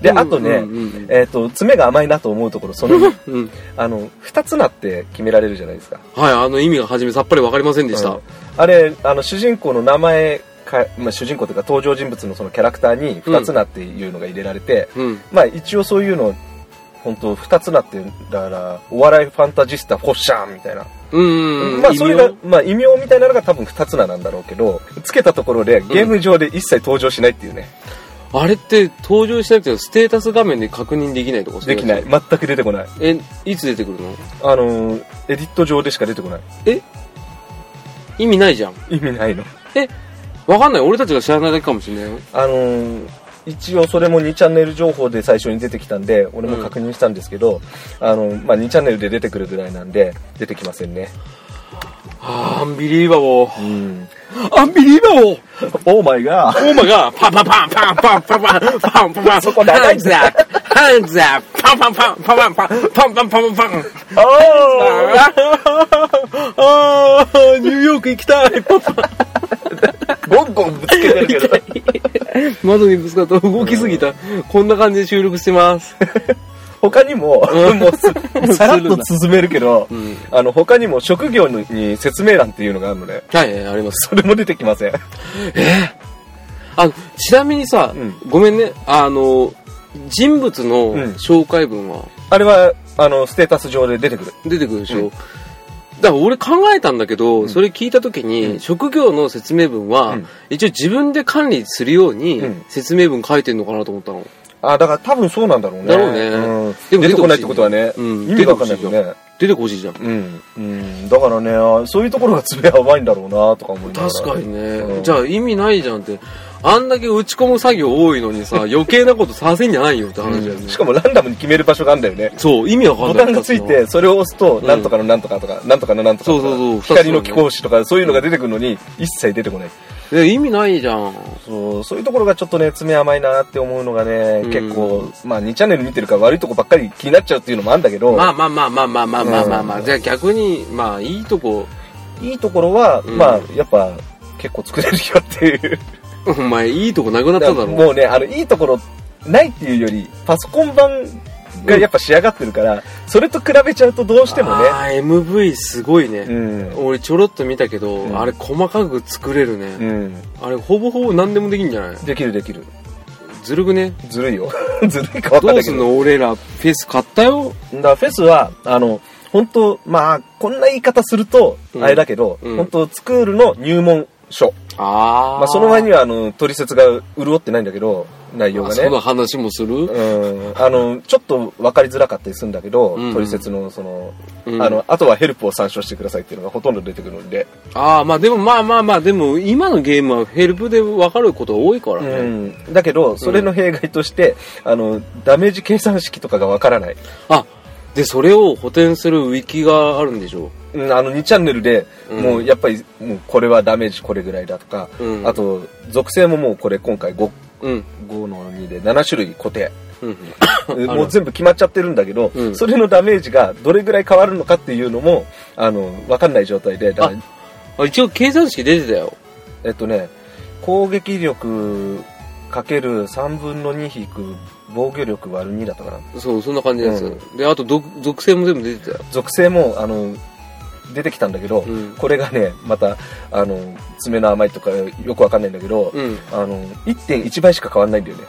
S2: で、
S3: うん
S2: あとね、
S3: うんうん
S2: えっ、と、爪が甘いなと思うところ、その2、
S3: うん、うん
S2: あの、二つなって決められるじゃないですか。
S3: はいあの意味が初めさっぱりわかりませんでした、
S2: うんあれ、あの、主人公の名前か、まあ、主人公というか登場人物のそのキャラクターに二つなっていうのが入れられて、
S3: うん
S2: まあ一応そういうの、本当二つなって、だから、お笑いファンタジスタ、フォッシャーみたいな。
S3: うん、
S2: まあそれ
S3: 異
S2: が
S3: 名、
S2: まあ異名みたいなのが多分二つななんだろうけど、つけたところでゲーム上で一切登場しないっていうね。
S3: あれって登場しなくてステータス画面で確認できないとかそう
S2: で
S3: うや
S2: き
S3: つ
S2: ない。全く出てこない。
S3: えいつ出てくるの
S2: あのー、エディット上でしか出てこない。
S3: 意味ないじゃん
S2: 意味ないの。
S3: えわかんない俺たちが知らないだけかもしれないよ
S2: あのー一応それも2チャンネル情報で最初に出てきたんで、俺も確認したんですけど、あの、まあ、2チャンネルで出てくるぐらいなんで、出てきませんね。
S3: あーアンビリーバボー。
S2: うん。
S3: アンビリーバボー
S2: オーマイが、
S3: オーマが、パンパンパンパンパンパンパンパンパンパンパン
S2: そこ長いんだ
S3: ハンズアップハンズアップパンパンパンパンパンパンパンパンパンパンあーニューヨーク行きたいパパ
S2: ゴンゴンぶつけてるけど。
S3: 窓にぶつかった動きすぎたこんな感じで収録してます
S2: 他にも、もうす、 さらっ
S3: する
S2: と
S3: な
S2: 進めるけど、
S3: ん
S2: あの、他にも職業にに説明欄っていうのがあるので、
S3: はいあります
S2: それも出てきません。
S3: あのちなみにさ、
S2: うん
S3: ごめんねあの人物の
S2: うん
S3: 紹介文は
S2: あれは、あの、ステータス上で出てくる。
S3: 出てくるでしょ、
S2: う
S3: だから俺考えたんだけど、それ聞いた時に、職業の説明文は、
S2: うん
S3: 一応自分で管理するように
S2: うん
S3: 説明文書いてんのかなと思ったの、
S2: あ、だから多分そうなんだろうね。
S3: だろうね
S2: う
S3: で
S2: ん、
S3: も
S2: 出
S3: 出
S2: て
S3: て
S2: こ
S3: こ
S2: な
S3: ないい
S2: ってことはね、
S3: うん
S2: 意味がわかんないよ
S3: 出て
S2: ね。
S3: 出てほしいじゃん
S2: うん、うん、だからねあそういうところが詰めやばいんだろうなとか思いながら
S3: 確かにね、
S2: うん
S3: じゃあ意味ないじゃんってあんだけ打ち込む作業多いのにさ余計なことさせんじゃないよって話だよね、
S2: しかもランダムに決める場所があるんだよね
S3: そう意味わかんな
S2: ボ
S3: い
S2: タンがついてそれを押すと
S3: ん
S2: なんとかのなんとかとか、なんとかのなんとかとか
S3: そうそうそう
S2: 光の
S3: 二つ
S2: 貴
S3: のね
S2: 公子とかそういうのが出てくるのに一切出てこない、
S3: で意味ないじゃん
S2: そうそういうところがちょっとね詰め甘いなって思うのがね、
S3: うん
S2: 結構まあ2チャンネル見てるから悪いとこばっかり気になっちゃうっていうのもあるんだけど、
S3: まあまあまあまあまあまあまあまあ、まあ
S2: うん
S3: じゃあ逆にまあいいとこ
S2: いいところは、
S3: うん
S2: まあやっぱ結構作れるよっていう
S3: お前いいとこなくなっただろ
S2: もうねあのいいところないっていうよりパソコン版がやっぱ仕上がってるから、それと比べちゃうとどうしてもね
S3: あー MV すごいね、
S2: うん、
S3: 俺ちょろっと見たけど、
S2: うん
S3: あれ細かく作れるね、
S2: うん、
S3: あれほぼほぼ何でもできんじゃない
S2: できるできる
S3: ずるくね
S2: ずるいよ ずるいかわかんな
S3: どう
S2: いけど
S3: すんの俺らフェス買ったよ
S2: だからフェスはあの本当まあこんな言い方すると
S3: うん
S2: あれだけど、
S3: うん
S2: 本当スクールの入門書、
S3: あー、
S2: まあ、その前にはあの取説が潤ってないんだけど内容
S3: あ
S2: が
S3: そ
S2: ね
S3: の話もする、
S2: うんあのちょっと分かりづらかったりするんだけど、
S3: うん
S2: 取説のその、
S3: うん
S2: あのあとはヘルプを参照してくださいっていうのがほとんど出てくるんで、
S3: ああまあでもまあまあまあでも今のゲームはヘルプで分かること多いからね、
S2: うん、だけどそれの弊害として、あのダメージ計算式とかがわからない、
S3: あでそれを補填するウィキがあるんでしょ
S2: うん、あの2チャンネルで、
S3: うん
S2: もうやっぱりもうこれはダメージこれぐらいだとか、
S3: うん
S2: あと属性ももうこれ今回 5,
S3: うん
S2: 5の2で7種類固 定
S3: うん
S2: うん
S3: ある
S2: もう全部決まっちゃってるんだけど、
S3: うん
S2: それのダメージがどれぐらい変わるのかっていうのもあのわかんない状態でだから
S3: あ一応計算式出てたよ
S2: えっとね攻撃力かける3分の2引く防御力割る2だったかな
S3: そうそんな感じです、
S2: う
S3: であと属属性も全部出てたよ
S2: 属性もあの出てきたんだけど、
S3: うん
S2: これがねまたあの爪の甘いとかよくわかんないんだけど、
S3: うん
S2: あの1.1倍しか変わんないんだよね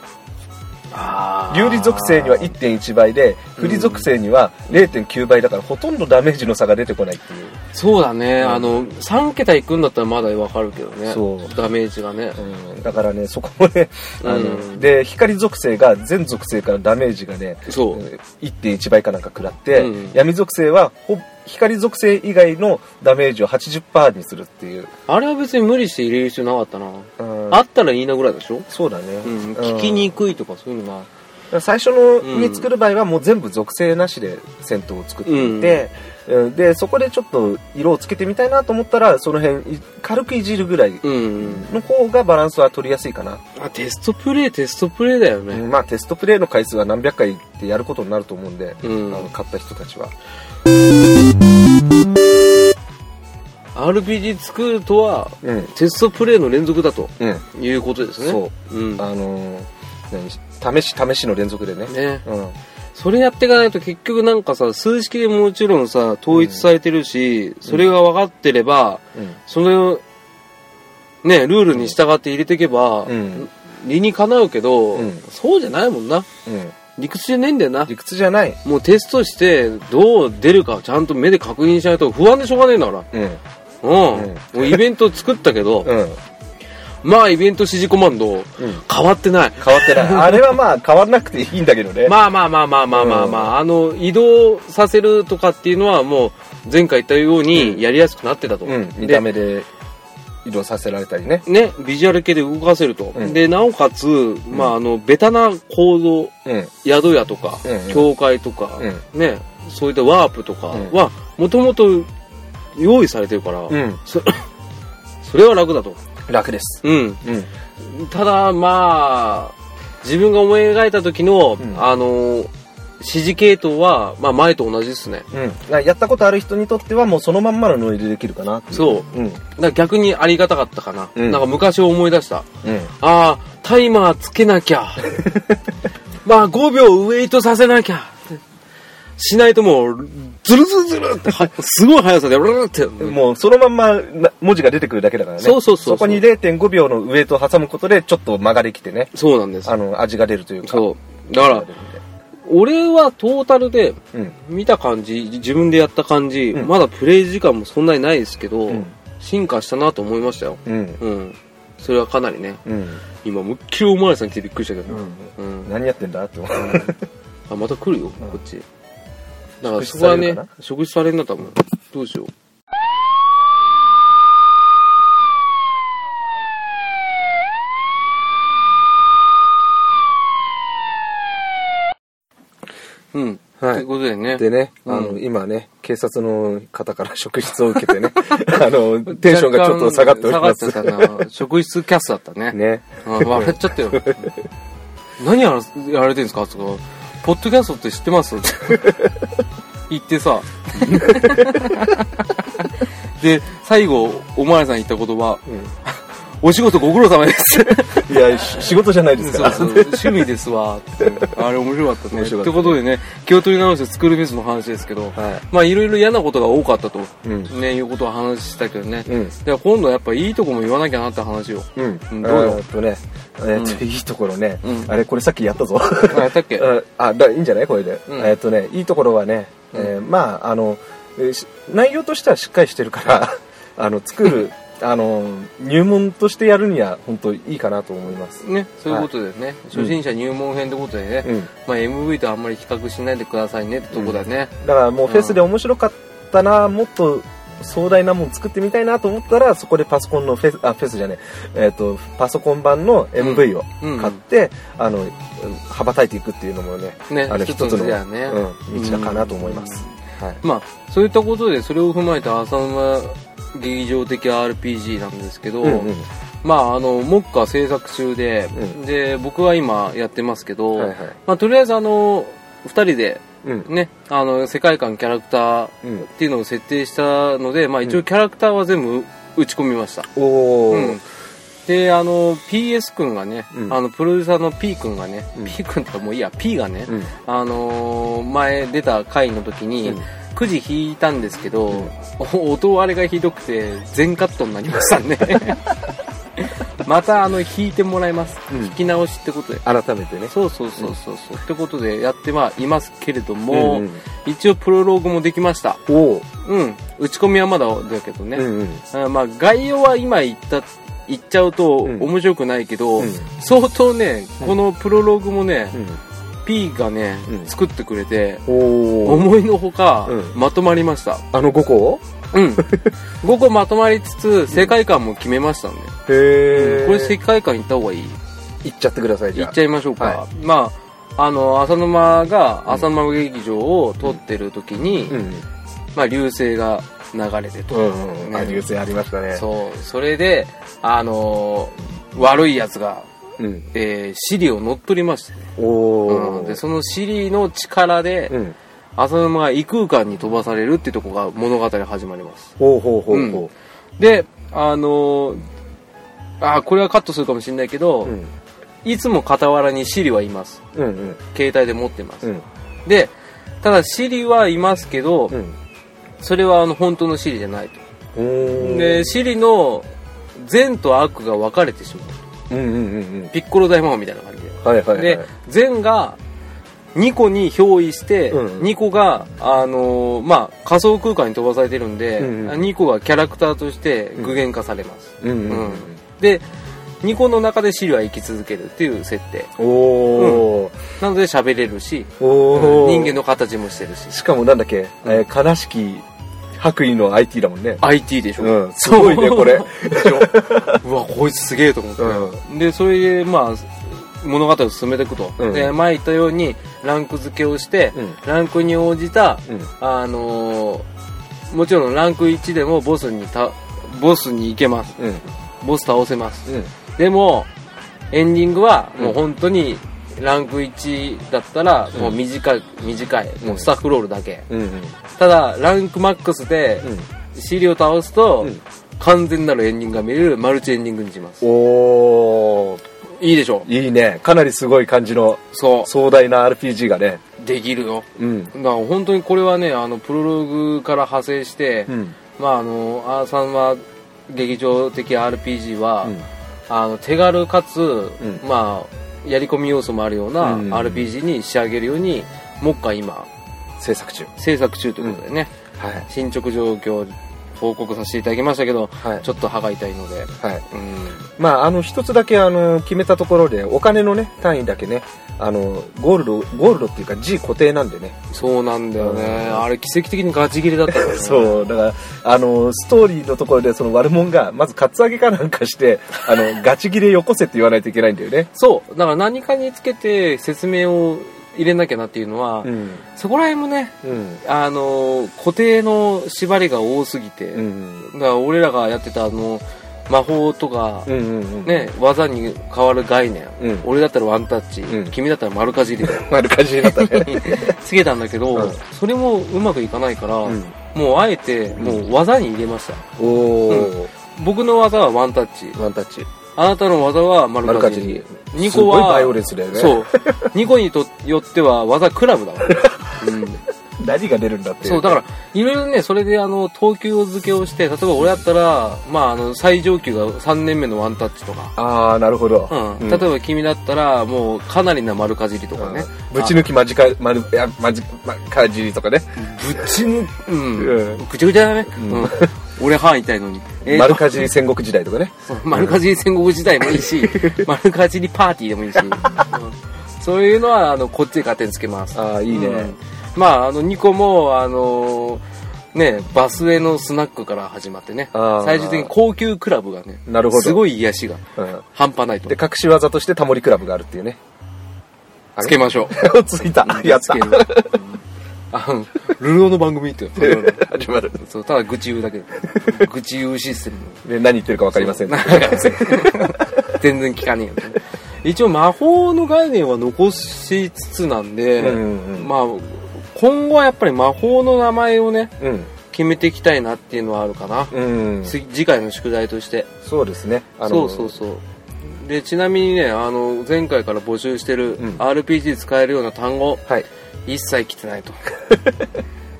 S3: あ
S2: 有利属性には1.1倍で不利属性には0.9倍だから、ほとんどダメージの差が出てこないっていう
S3: そうだね、
S2: うん
S3: あの3桁いくんだったらまだ分かるけどね
S2: そう
S3: ダメージがね
S2: うんだからねそこもねあの、
S3: うん
S2: で光属性が全属性からダメージがね
S3: そう、
S2: 1.1倍かなんか食らって、
S3: うん
S2: 闇属性はほ光属性以外のダメージを80%にするっていう、
S3: あれは別に無理して入れる必要なかったな、
S2: うん
S3: あったらいいなぐらいでしょ、
S2: そうだね、
S3: うん、聞きにくいとかそういうのが
S2: 最初のに作る場合はもう全部属性なしで戦闘を作っていて、うんでそこでちょっと色をつけてみたいなと思ったらその辺い軽くいじるぐらい
S3: うん、うん、
S2: の方がバランスは取りやすいかな、
S3: あテストプレイテストプレイだよね、
S2: うんまあテストプレイの回数は何百回ってやることになると思うんで、
S3: うん
S2: あの買った人たちは
S3: RPG 作るとは
S2: うん
S3: テストプレイの連続だと
S2: うん
S3: いうことですね、
S2: そう
S3: ん、
S2: あのー何試し試しの連続でね
S3: ね
S2: うん
S3: それやっていかないと結局なんかさ数式でもちろんさ統一されてるし、それが分かってれば
S2: うん
S3: そのねルールに従って入れていけば、
S2: うん
S3: 理にかなうけど、
S2: うん
S3: そうじゃないもんな
S2: うん
S3: 理屈じゃねえんだよな
S2: 理屈じゃない
S3: もうテストしてどう出るかちゃんと目で確認しないと不安でしょうがねえんだから
S2: うん
S3: うん、
S2: うん
S3: もうイベント作ったけど、
S2: うん
S3: まあイベント指示コマンド、変わってない
S2: 変わって ないあれはまあ変わらなくていいんだけどね
S3: まあまあまあまあまあまあまあ、あの移動させるとかっていうのはもう前回言ったようにやりやすくなってたと、
S2: うん、見
S3: で
S2: た目で色させられたりね。
S3: ね、ビジュアル系で動かせると。
S2: うん
S3: で、なおかつ、まあ、あの、ベタな構造、
S2: うん。
S3: 宿屋とか、
S2: うんうん
S3: 教会とか、
S2: うん
S3: ね、そういったワープとか
S2: うん
S3: は、もともと用意されてるから、
S2: うん。
S3: そ それは楽だと。
S2: 楽です。
S3: うん。
S2: うん。
S3: ただ、まあ、自分が思い描いた時の、
S2: うん
S3: あの、指示系統は、まあ、前と同じですね。
S2: うん。だからやったことある人にとってはもうそのまんまのノイズできるかなってい
S3: そ
S2: う。
S3: う。
S2: うん。
S3: だから逆にありがたかったかな。
S2: うん
S3: なんか昔を思い出した。
S2: うん。
S3: ああ、タイマーつけなきゃ。 まあ、5秒ウェイトさせなきゃ。しないともう、ズルズルズルって、はすごい速さで、ブルルルって。
S2: もうそのまんまな文字が出てくるだけだからね。
S3: そうそうそうそ
S2: そ
S3: う
S2: こに0.5秒のウエイトを挟むことでちょっと曲ができてね、
S3: そうなんです
S2: あ。の、味が出るというか。
S3: そう。だから、俺はトータルで、
S2: うん。
S3: 見た感じ、自分でやった感じ、
S2: うん
S3: まだプレイ時間もそんなにないですけど、
S2: うん
S3: 進化したなと思いましたよ。
S2: うん。
S3: うん。それはかなりね、
S2: うん。
S3: 今、むっきりおまわりさん来てびっくりしたけど、
S2: う
S3: うん。
S2: ん。何やってんだって思う。
S3: あ、また来るよ、こっち。だから
S2: 食事
S3: そこは
S2: され
S3: ね
S2: るか、
S3: 食事されんな、多分。どうしよう。うん。
S2: はい
S3: ということでね。
S2: でね、
S3: うん
S2: あの、今ね、警察の方から職質を受けてね、 あの、テンションがちょっと下がっております。
S3: 下がってたな。職質キャスだったね。
S2: ね。
S3: あ笑っちゃ ったよ。何やらやられてるんですかとか、ポッドキャストって知ってますって言っ てさ。で、最後、おまわりさん言った言葉、お仕事ご苦労様です。
S2: いや、し仕事じゃないですか
S3: そう
S2: ら。
S3: そう、趣味です わ。ってあれ面白かったね。
S2: 面白かったね
S3: ってことでね、気を取り直してスクールフェスの話ですけど、
S2: はい
S3: まあいろいろ嫌なことが多かったと、
S2: うん
S3: ね、いうことは話したけどね。
S2: うん
S3: では今度はやっぱいいとこも言わなきゃなって話を。
S2: うん
S3: う。んどうよ
S2: えっとね、えーっと、いいところね
S3: う。ん
S2: あれ、これさっきやったぞ。
S3: あやったっけ
S2: うんあ、だいいんじゃないこれで。
S3: うん
S2: えーっとね、いいところはね、えーまあ、あの、えーし内容としてはしっかりしてるから、あの、作る、あの、入門としてやるには、本当いいかなと思います。
S3: ね、そういうことでね、初心者入門編ってことでね、
S2: うん
S3: まあ MV とあんまり比較しないでくださいねってとこだね。
S2: だからもうフェスで面白かったな、もっと壮大なもん作ってみたいなと思ったらそこでパソコンのフェスあフェスじゃねえ、えー、とパソコン版の MV を
S3: うん
S2: 買って、あのうん羽ばたいていくっていうのもね
S3: ね
S2: あの
S3: 一
S2: 一
S3: つの
S2: つの
S3: 手だよね
S2: うん、道だかなと思います、はい、
S3: まあ、そういったことで、それを踏まえた浅沼劇場的 RPG なんですけど、
S2: うんうん
S3: まあ、あの、目下制作中で、
S2: うん
S3: で、僕は今やってますけど、
S2: はいはい
S3: まあ、とりあえずあの、二人で、
S2: うん
S3: ね、あの、世界観、キャラクターっ
S2: うん
S3: ていうのを設定したので、まあ、一応キャラクターは全部打ち込みました。
S2: おお、
S3: うん、であの PS 君がね、
S2: うん
S3: あのプロデューサーの P 君がね、
S2: うん
S3: P 君ってかもういいや P がね、
S2: うん
S3: あのー前出た回の時に、
S2: うん
S3: くじ弾いたんですけど、お音あれがひどくて全カットになりまし たねまたあの弾いてもらいます、
S2: うん
S3: 弾き直しってことで
S2: 改めてね
S3: そうそうそうそうそう、ってことでやってはいますけれど
S2: ん
S3: も、
S2: ん
S3: 一応プロローグもできました
S2: おお、
S3: うん打ち込みはまだだけどね、
S2: うんうん
S3: あまあ概要は今言った言っちゃうと
S2: うん
S3: 面白くないけど、
S2: うん
S3: 相当ねこのプロローグもね、P がね、
S2: うん
S3: 作ってくれて
S2: うん、おお
S3: 思いのほか、
S2: うん
S3: まとまりました
S2: あの5個を
S3: うん 5個まとまりつつ世界観も決めましたね、
S2: へえ、
S3: これ世界観行った方がいい
S2: いっちゃってくださいじ
S3: 行
S2: ゃあ
S3: っちゃいましょうか、
S2: は
S3: まああの浅沼が浅沼劇場を撮ってる時に、
S2: うん
S3: まあ、流星が流れてと、
S2: うんうん、あ
S3: ね
S2: 流星ありましたね
S3: そうそれであのー悪いやつが
S2: う、ん、
S3: えーシリを乗っ取りましてね、
S2: おお、
S3: うんでそのシリの力で、
S2: うん。
S3: 浅沼が異空間に飛ばされるってとこが物語始まります
S2: ほうほうほうほ
S3: であのーあーこれはカットするかもしれないけど、
S2: う。うん。
S3: いつも傍らにシリはいます
S2: うんうん。
S3: 携帯で持ってます、
S2: うん。
S3: でただシリはいますけど、
S2: うん。
S3: それはあの本当のシリじゃない
S2: お
S3: と、
S2: ー
S3: で、シリの善と悪が分かれてしま
S2: うん
S3: う
S2: うんうんうん。
S3: ピッコロ大魔王みたいな感じで
S2: はいはいはい。
S3: で、善が2個に憑依して、
S2: うん
S3: 2個が、あのーまあ、仮想空間に飛ばされてるんで、
S2: うんうん
S3: 2個がキャラクターとして具現化されます、
S2: うん
S3: う
S2: うんんうん。
S3: で2個の中で資料は生き続けるっていう設定
S2: おー。
S3: なので喋れるし
S2: おー。
S3: 人間の形もしてるし
S2: しかもなんだっけ、えー悲しき白衣の IT だもんね。
S3: IT でしょ、
S2: うん、すごいね、これ。
S3: でしょ うわこいつすげえと思って、
S2: う
S3: でそれでまあ物語を進めていくと、
S2: うん
S3: で前言ったようにランク付けをして、
S2: うん
S3: ランクに応じた、
S2: うん
S3: あのーもちろんランク1でもボスにたボスに行けます
S2: うん、
S3: ボス倒せます
S2: うん、
S3: でもエンディングは
S2: うん
S3: もう本当にランク1だったらもう短い、短いもうスタッフロールだけ
S2: うん、
S3: ただランクマックスで
S2: うん。
S3: シリを倒すと、
S2: うん
S3: 完全なるエンディングが見れるマルチエンディングにします
S2: おー、
S3: いいでしょ
S2: いいね。かなりすごい感じの
S3: そ
S2: 壮大な RPG がね。
S3: うできるよ
S2: うん
S3: だ。から本当にこれはねあのプロローグから派生して、
S2: うん。
S3: まああのアーサンは劇場的 RPG は、
S2: うん
S3: あの手軽かつ、
S2: ん
S3: まあやり込み要素もあるような
S2: うん
S3: RPG に仕上げるように、もう一回今
S2: 制作中。
S3: 制作中ということでね、
S2: はい。
S3: 進捗状況を報告させていただきましたけど、
S2: はい
S3: ちょっと歯が痛いので、
S2: はい。
S3: うん、
S2: まあ、あの、一つだけ、あの、決めたところで、お金のね、単位だけね、あの、ゴールド、ゴールドっていうか G 固定なんでね。
S3: そうなんだよね、
S2: うん
S3: あれ奇跡的にガチ切れだったからね
S2: そう、だから、あの、ストーリーのところで、その悪者が、まずカツアゲかなんかして、あの、ガチ切れよこせって言わないといけないんだよね。
S3: そうだから何かにつけて説明を入れなきゃなっていうのは、
S2: ん。
S3: そこら辺もね
S2: うん。
S3: あの固定の縛りが多すぎて、
S2: うん。
S3: だから俺らがやってたあの魔法とか、
S2: うん。うん。
S3: ね、技に変わる概念、
S2: うん
S3: 俺だったらワンタッチ、
S2: うん
S3: 君だったら丸かじり
S2: 丸かじりだったね。
S3: つけたんだけど、
S2: うん
S3: それもうまくいかないから、
S2: うん
S3: もうあえてもう技に入れました、
S2: おー。
S3: 僕の技はワンタッチ
S2: ワンタッチ。
S3: あなたの技は丸
S2: 丸
S3: か
S2: か
S3: じ
S2: じ
S3: り
S2: り。
S3: ニコ
S2: すごいバイオ
S3: は
S2: レンスだよね。
S3: そう。ニコにとよっては技クラ ブだから。うん、
S2: 何が出るんだって。
S3: そう、だから、いろいろね、それで、あの、等級付けをして、例えば俺だったら、まあ、あの、最上級が3年目のワンタッチとか、
S2: ああ、なるほど。
S3: うん。例えば君だったら、もう、かなりな丸かじりとかね。
S2: ぶち抜き間近、丸、いや、間近、まかじりとかね。
S3: ぶちぬ、う。
S2: うん
S3: ぐちゃぐちゃだね。
S2: ん
S3: うん。俺、歯痛いのに。えーと
S2: 丸かじり戦国時代とかね。
S3: そう丸かじり戦国時代もいいし、丸かじりパーティーでもい いし、うんそういうのは、あの、こっちで勝手につけます。
S2: ああ、いいね。
S3: うんまあ、あの、ニコも、あのね、バスへのスナックから始まってね、
S2: あー
S3: 最終的に高級クラブがね、
S2: なるほど
S3: すごい癒しが
S2: うん。
S3: 半端ないと
S2: で、。隠し技としてタモリクラブがあるっていうね。
S3: つけましょ
S2: ついた。
S3: う。
S2: やっ
S3: つ
S2: た
S3: け。よううんあの、ルルオの番組って言うの
S2: 始まる。
S3: そう、ただ愚痴言うだけ。 愚痴言うシステム。
S2: で、何言ってるかわかりません。
S3: 全然聞かねえよ、ね。一応魔法の概念は残しつつなんで、
S2: うんうん
S3: まあ、今後はやっぱり魔法の名前をね、
S2: うん。
S3: 決めていきたいなっていうのはあるかな。
S2: うん。
S3: 次次回の宿題として
S2: そうですね。あ
S3: そ
S2: の
S3: うそうそうでちなみにねあの前回から募集してる
S2: うん
S3: RPG 使えるような単語、
S2: はい。
S3: 一切来てないと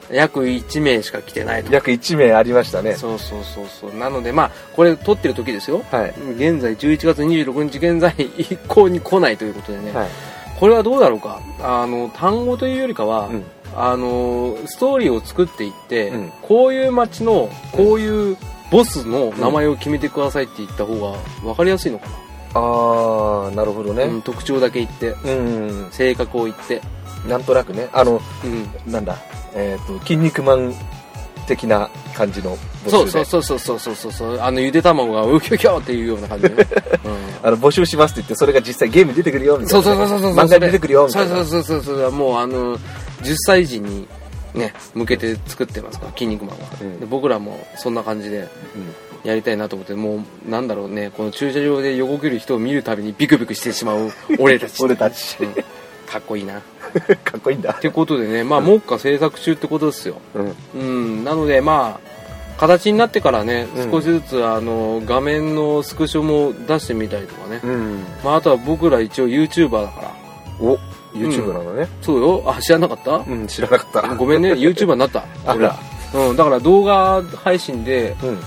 S3: 約1名しか来てないと
S2: 約1名ありましたね。
S3: そうそうそうそうなのでまあこれ撮ってる時ですよ
S2: はい。
S3: 現在11月26日現在一向に来ないということでね、
S2: はい。
S3: これはどうだろうかあの単語というよりかは、
S2: うん
S3: あのストーリーを作っていって、
S2: うん
S3: こういう街のこういうボスの名前を決めてくださいって言った方が分かりやすいのか
S2: あー、なるほど
S3: な、うん
S2: ね。
S3: 特徴だけ言って
S2: うん。
S3: 性格を言って、
S2: なんとなくね。あの、
S3: うん、
S2: なんだ。えっと、筋肉マン的な感じの募集で。
S3: そうそうそうそうそうそうそうあのゆで卵がウキョキョっていうような感じ でね、
S2: あの募集しますって言って、それが実際ゲームに出てくるよ
S3: う
S2: み
S3: ん、
S2: た
S3: そ
S2: いうなね、
S3: そうそうそうそう
S2: 漫画に出てくるよみたいな。
S3: そうそうそうそうそうもうあの10歳児にね向けて作ってますから「筋肉マンは」
S2: うん
S3: で僕らもそんな感じ
S2: う
S3: で
S2: ん
S3: やりたいなと思ってもうなんだろうねこの駐車場で横切る人を見るたびにビクビクしてしまう俺た ち
S2: 俺たち
S3: う。んかっこいいなっ
S2: かっこいいんだ。
S3: てことでねまあ目下制作中ってことですよ
S2: うん。
S3: うんなのでまあ形になってからね
S2: うん
S3: 少しずつあの画面のスクショも出してみたりとかね、
S2: うん。
S3: まあ、あとは僕ら一応 YouTuber だから
S2: お、YouTube なのね。
S3: そうよあ知らなかった
S2: うん、知らなかった。
S3: ごめ んね YouTuber になった
S2: あ
S3: 俺
S2: ら
S3: ら。うん、だから動画配信で
S2: うん。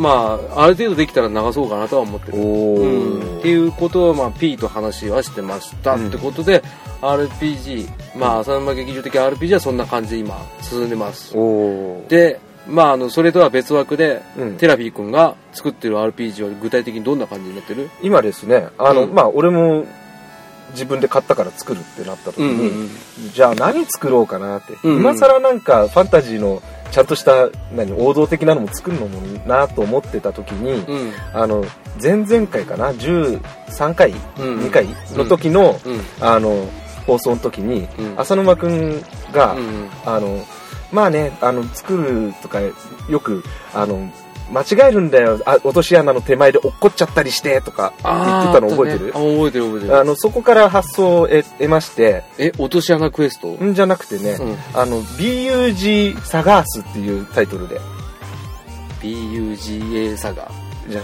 S3: まあある程度できたら流そうかなとは思ってる
S2: お
S3: うん、っ
S2: ー。
S3: ていうことを、まあ、P と話はしてました、
S2: うん
S3: ってことで RPG まあ浅沼劇場的 RPG はそんな感じで今進んでます
S2: おー。
S3: でまああのそれとは別枠で、
S2: うん
S3: テラフィー君が作ってる RPG は具体的にどんな感じになってる
S2: 今ですね、あの、
S3: うん
S2: まあ、俺も、自分で買ったから作るってなった時
S3: う
S2: に、
S3: んうん
S2: じゃあ何作ろうかなって、
S3: うんうん
S2: 今更なんかファンタジーのちゃんとした何王道的なのも作るのもなと思ってた時に、
S3: うん
S2: あの前々回かな13回、
S3: うん
S2: 2回の時の、
S3: うん
S2: あの放送の時に、
S3: うん
S2: 浅沼くんが、
S3: うん
S2: あのまあねあの作るとかよくあの間違えるんだよあ落とし穴の手前で落っこっちゃったりしてとか言
S3: あー
S2: ってたの覚えてる
S3: あったねあ覚えてる覚えてる
S2: あのそこから発想を得得まして
S3: え落とし穴クエストうん
S2: んじゃなくてね、あの BUG サガースっていうタイトルで
S3: BUGA サガ
S2: じゃ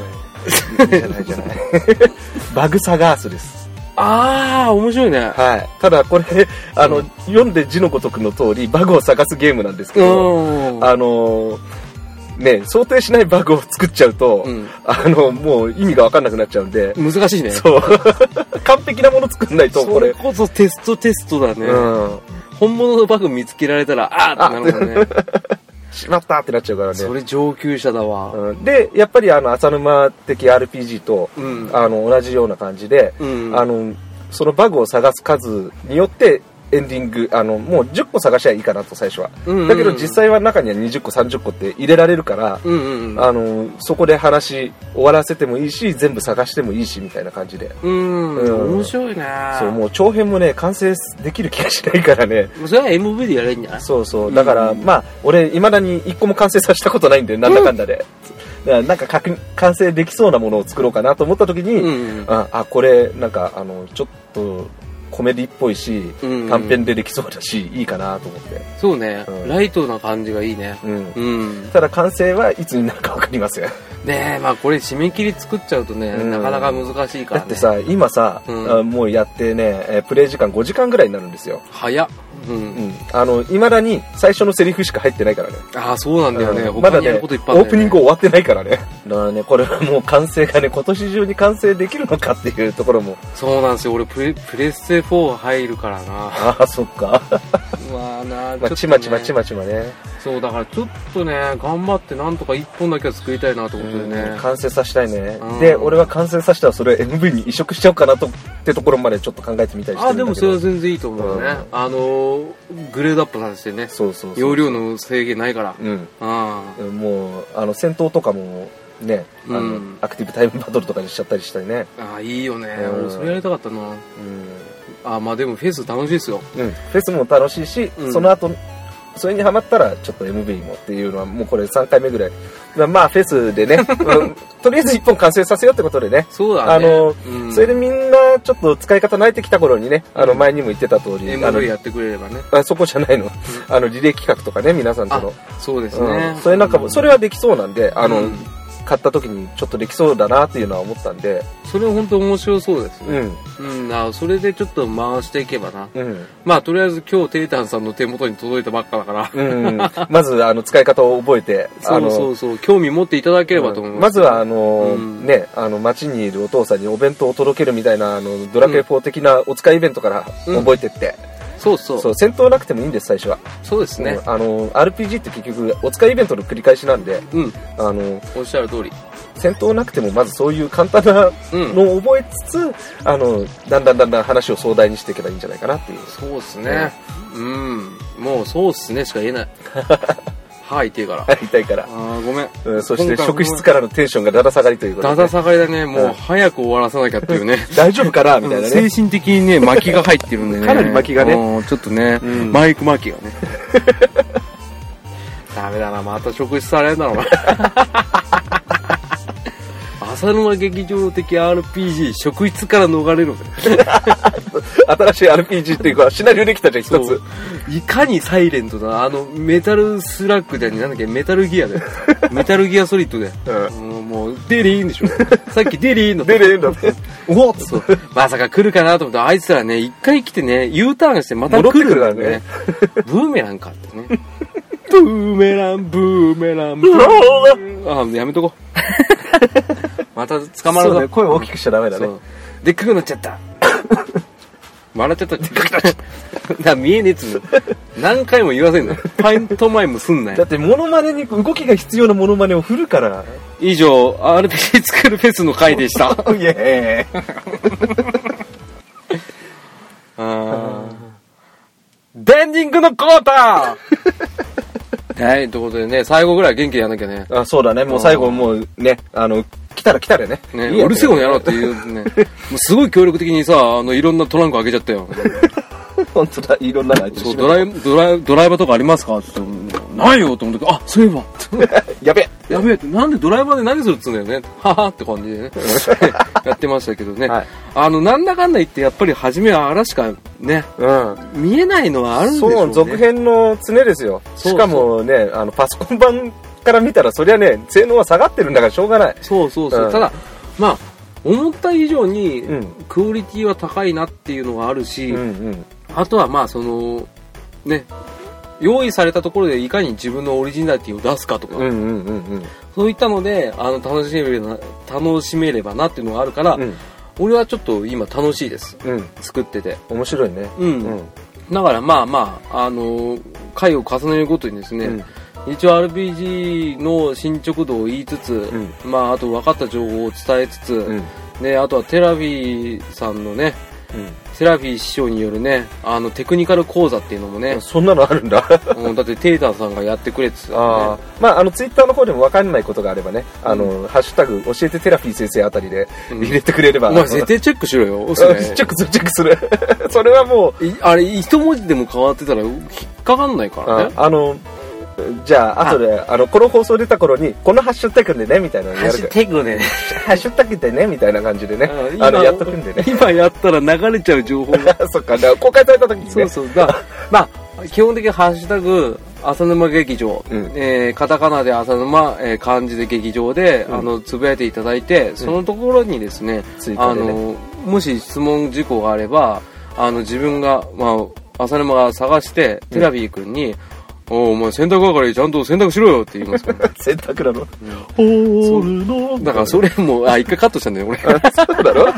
S2: ないじゃないじゃない バグサガースです
S3: ああ面白いね
S2: はいただこれあの、
S3: う
S2: 読んで字のごとくの通りバグを探すゲームなんですけ
S3: う
S2: ど、
S3: ん
S2: あのね想定しないバグを作っちゃうと、
S3: うん
S2: あのもう意味が分かんなくなっちゃうんで、
S3: 難しいね
S2: そう 完璧なもの作んないとこ
S3: それ
S2: れ
S3: こそテストテストだね、
S2: うん
S3: 本物のバグ見つけられたらああってなる もんね
S2: しまったってなっちゃうからね
S3: それ上級者だわ
S2: うん、でやっぱりあの浅沼的 RPG と
S3: うん
S2: あの同じような感じで、
S3: うん
S2: あのそのバグを探す数によってエンディングあのもう10個探しゃいいかなと最初は、
S3: うんうんうん
S2: だけど実際は中には20個30個って入れられるから、
S3: うんうんうん
S2: あのそこで話終わらせてもいいし全部探してもいいしみたいな感じで、
S3: うん、
S2: うん
S3: 面白いね
S2: そうもう長編もね完成できる気がしないからね
S3: それは MV でやれんじゃない
S2: そうそうだから、
S3: うん
S2: まあ俺いまだに1個も完成させたことないんでなんだかんだで、 だからなんか確認完成できそうなものを作ろうかなと思った時に、
S3: うん
S2: ああこれなんかあのちょっとコメディっぽいし、
S3: うん
S2: 短編でできそうだしいいかなと思って、
S3: そうね、
S2: うん
S3: ライトな感じがいいね
S2: うん
S3: うん
S2: ただ完成はいつになるか分かりま せん、
S3: ねえまあこれ締め切り作っちゃうとね、
S2: うん
S3: なかなか難しいか
S2: だ
S3: ら、ね、
S2: ってさ今さ、
S3: うん
S2: あもうやってねえープレイ時間5時間ぐらいになるんですよ
S3: 早っうん
S2: うんあの未だに最初のセリフしか入ってないからね
S3: ああそうなんだよね、
S2: うんま
S3: 他
S2: だ
S3: にや
S2: ね
S3: る
S2: オ
S3: こといっぱいあるん
S2: ープ
S3: だ
S2: ニ
S3: よね
S2: ング終わってないからねだからねこれはもう完成がね今年中に完成できるのかっていうところも
S3: そうなんですよ俺プレプレステ4入るからな
S2: ああそっか、
S3: うわーな
S2: まあ、
S3: ょっとね
S2: ちまちまちまちまね
S3: そうだからちょっとね頑張ってなんとか1本だけは作りたいなと思ってね
S2: うん完成させたいね、
S3: うん
S2: で俺は完成させたらそれを MV に移植しちゃおうかなとってところまでちょっと考えてみたりして
S3: あ
S2: るんだけど
S3: でもそれは全然いいと思うよね、
S2: う
S3: あのーグレードアップさせてね
S2: そうそうそう
S3: 容量の制限ないから
S2: うん
S3: あ
S2: もうあの戦闘とかもねあの、
S3: うん
S2: アクティブタイムバトルとかにしちゃったりしたりね
S3: あーいいよね、
S2: うん
S3: 俺それやりたかったな
S2: うん、
S3: あーまあでもフェス楽しいですよ
S2: うん、フェスも楽しいし、
S3: うん
S2: その後それにハマったらちょっと MV もっていうのはもうこれ3回目ぐらいまあまあフェス でね、うんとりあえず1本完成させようってことでね
S3: そうだね
S2: あの
S3: うん
S2: それでみんなちょっと使い方慣れてきた頃にね、あの前にも言ってた通り、あの
S3: MV やってくれればね
S2: あそこじゃないの。あの、リレー企画とかね、皆さんとの。
S3: そうです
S2: う
S3: ね、
S2: ん、それなんかも、それはできそうなんで、あの、
S3: うん
S2: 買った時にちょっとできそうだなっていうのは思ったんで、
S3: それ本当面白そうです
S2: う
S3: ね
S2: ん、
S3: うん、あーそれでちょっと回していけばな
S2: うん、
S3: まあとりあえず今日テイタンさんの手元に届いたばっかだから
S2: うん。まず、あの、使い方を覚えて、あ
S3: そう
S2: の、
S3: そうそう興味持っていただければと思い
S2: うん
S3: ま、
S2: ますずは、あの、
S3: うん
S2: ね、あの、街にいるお父さんにお弁当を届けるみたいな、あの、ドラクエ4的なお使いイベントから
S3: うん
S2: 覚えてって、
S3: そうそう
S2: そう、戦闘なくてもいいんです、最初は。
S3: そうですね
S2: うんあの、RPG って結局、お使いイベントの繰り返しなんで、
S3: うん
S2: あの、
S3: おっしゃる通り
S2: 戦闘なくてもまずそういう簡単な
S3: うん
S2: のを覚えつつ、あのだんだんだんだん話を壮大にしていけばいいんじゃないかなっていう
S3: そうっすねうんもうそうっすねしか言 えないはいって言うから
S2: やりたいから、
S3: あーごめん
S2: うん、そして
S3: 今回も
S2: 職質からのテンションがだだ下がりということ
S3: だ
S2: で
S3: だ下がりだねもう
S2: うん
S3: 早く終わらさなきゃっていうね
S2: 大丈夫かな みたいな
S3: 精
S2: ね
S3: 神的にね巻きが入ってるんでね
S2: かなり巻きがね
S3: うんちょっとね、
S2: うん
S3: マイク巻きが ねダメだなまた食事されるんだろう な浅沼劇場的 RPG 職質から逃れるんだよ
S2: 新しい RPG っていうかシナリオできたじゃん一
S3: そ
S2: つ
S3: ういかにサイレントなあのメタルスラックだよねなんだっけメタルギ アだよメタルギアソリッドだよ、うんもうデリー ンでしょさっきデリーンの
S2: 出れるんだね
S3: おおそうまさか来るかなと思ってあいつらね一回来てね U ターンしてまた
S2: 戻って
S3: 来
S2: く
S3: る
S2: る
S3: ん
S2: か
S3: だ
S2: ら
S3: よ
S2: ね
S3: ね ブーメランかってねブーメランブーメランブーメランあやめとこ うまた捕まる
S2: そう
S3: ぞ、
S2: ね声を大きくしちゃダメだね
S3: そうでっかくなっちゃった 笑っちゃったでっかくなっちゃっただから 見えねえっつうの何回も言わせんのパントマイムすんな
S2: だ
S3: よ
S2: ってモノマネに動きが必要なモノマネを振るから
S3: 以上 RPG 作るフェスの回でした
S2: イエーイ
S3: った はい、ということでね、最後ぐらい元気でやんなきゃね。
S2: あそうだねもう最後もうねあの来たら来たらね
S3: ね、
S2: いいや
S3: うるせえこの野郎っていうね。もうすごい協力的にさ、あの、いろんなトランク開けちゃったよ。
S2: 本当だいろんなのあいつ
S3: そう、ドライ、ドライ、ドライバーとかありますかって言ってもないよと思って、あ、そういえば。
S2: やべ
S3: やべえって、なんでドライバーで何するっつうんだよね。ははって感じで ね。やってましたけどね。
S2: はい
S3: あの、なんだかんだ言って、やっぱり初めはあらしかね、
S2: うん
S3: 見えないのはあるんでしょうね。
S2: そう、続編の常ですよ。
S3: そうそう
S2: しかもね、あの、パソコン版から見たら、そりゃね、性能は下がってるんだからしょうがない。
S3: そうそうそう。
S2: うん
S3: ただ、まあ、思った以上に、
S2: うん。
S3: クオリティは高いなっていうのはあるし、
S2: うんうん。
S3: あとはまあ、その、ね、用意されたところでいかに自分のオリジナリティを出すかとか、
S2: うんうんうんうん。
S3: そういったので、あの、楽しめればな、楽しめればなっていうのがあるから、
S2: うん
S3: 俺はちょっと今楽しいです。
S2: うん。
S3: 作ってて。
S2: 面白いね。
S3: うん。
S2: うん。
S3: だからまあまあ、あの回を重ねるごとにですね、
S2: うん
S3: 一応 RPG の進捗度を言いつつ、まああと分かった情報を伝えつつ、
S2: うん。
S3: ね、あとはテラフィーさんのね、
S2: う
S3: テラフィー師匠によるね、あのテクニカル講座っていうのもね
S2: ん。、そんなのあるんだ。
S3: うんだってテーターさんがやってくれてた
S2: あ
S3: か
S2: あ。まあ、あの、ツイッターの方でもわかんないことがあればね、あの、ハッシュタグ、教えてテラフィー先生あたりで
S3: うん
S2: 入れてくれれば。
S3: らね。お前絶対チェックしろよ、そ
S2: あ
S3: れ
S2: チェックする、チェックする。 それはもう、
S3: いあれ、一文字でも変わってたら引っかかんないから
S2: あ
S3: ね。
S2: あの、じゃあ、後で、あの、この放送出た頃に、このハッシュタグでね、みたいなのやるから
S3: テクね。
S2: ハッシュタグでね、みたいな感じでね
S3: う、ん
S2: あの、やっとくんで ね。
S3: 今やったら流れちゃう情報が
S2: そっか、だから公開された時にね。
S3: そうそう。だからまあ、基本的にハッシュタグ、浅沼劇場、
S2: うん
S3: えーカタカナで浅沼、えー漢字で劇場で、
S2: ん
S3: あの、つぶやいていただいて、そのところにですね、
S2: 追加
S3: あ
S2: でね
S3: の、もし質問事項があれば、あの、自分が、まあ、浅沼が探して、テラビー君に、おうお前洗濯係ちゃんと洗濯しろよって言いま すから、
S2: 洗濯なの。
S3: だからそれも、あ、一回カットしたんだよ、俺。
S2: そうだろ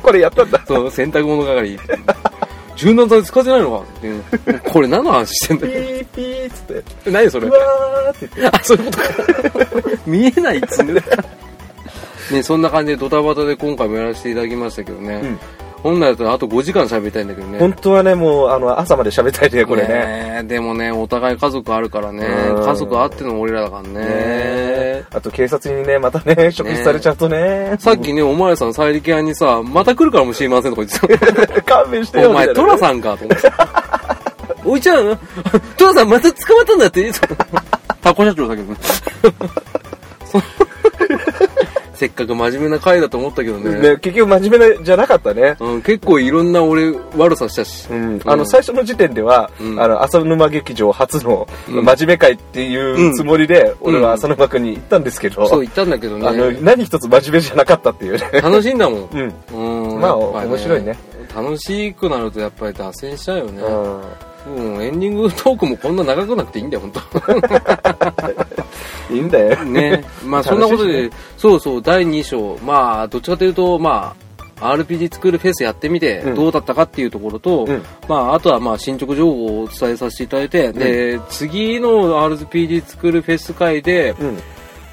S2: これやったんだ。
S3: そう、洗濯物係。柔軟剤使ってないのかっていうこれ何の話してんだ
S2: ピ
S3: よ。
S2: ーピーっつって、
S3: 何それ
S2: うわーって言って。
S3: あ、そういうことか。 見えないっつね。ね、そんな感じでドタバタで今回もやらせていただきましたけどね。
S2: ん
S3: 本来だとあと5時間喋りたいんだけどね。
S2: 本当はね、もう、あの、朝まで喋りたいね、これね。
S3: えでもね、お互い家族あるからね。
S2: うん
S3: 家族あっての俺らだからね。
S2: あと、警察にね、またね、職質されちゃうとね。
S3: さっきね、お前らさん、サイリケアにさ、また来るからもしれませんとか言ってた。
S2: 勘弁してよ。
S3: お
S2: み
S3: 前、
S2: たい
S3: ト
S2: な
S3: ラ
S2: ね
S3: さんかと思って。 おいちゃん、トラさんまた捕まったんだって。タコ社長だ けどね。そうせっかく真面目な回だと思ったけどね。
S2: ね、結局真面目なじゃなかったね。
S3: うん、結構いろんな俺悪さしたし。
S2: うん、あの最初の時点では、
S3: うん
S2: あの浅沼劇場初の
S3: うん
S2: 真面目会っていうつもりで、俺は浅沼君に行ったんですけど、
S3: そう言ったんだけど
S2: あの
S3: ね。
S2: 何一つ真面目じゃなかったっていうね、
S3: 楽しいんだもん。
S2: うん
S3: うん。
S2: まあ
S3: やっぱ
S2: 面白いね。
S3: 楽しくなるとやっぱり脱線しちゃうよね。
S2: うん
S3: うん、エンディングトークもこんな長くなくていいんだよ、本
S2: いいんだよ、
S3: 当ね。まあそんなことで、そうそう、第2章。まあ、どっちかというと、まあ、RPG 作るフェスやってみて
S2: うん
S3: どうだったかっていうところと、
S2: うん
S3: まあ、あとはまあ進捗情報をお伝えさせていただいて、で次の RPG 作るフェス会で
S2: うん、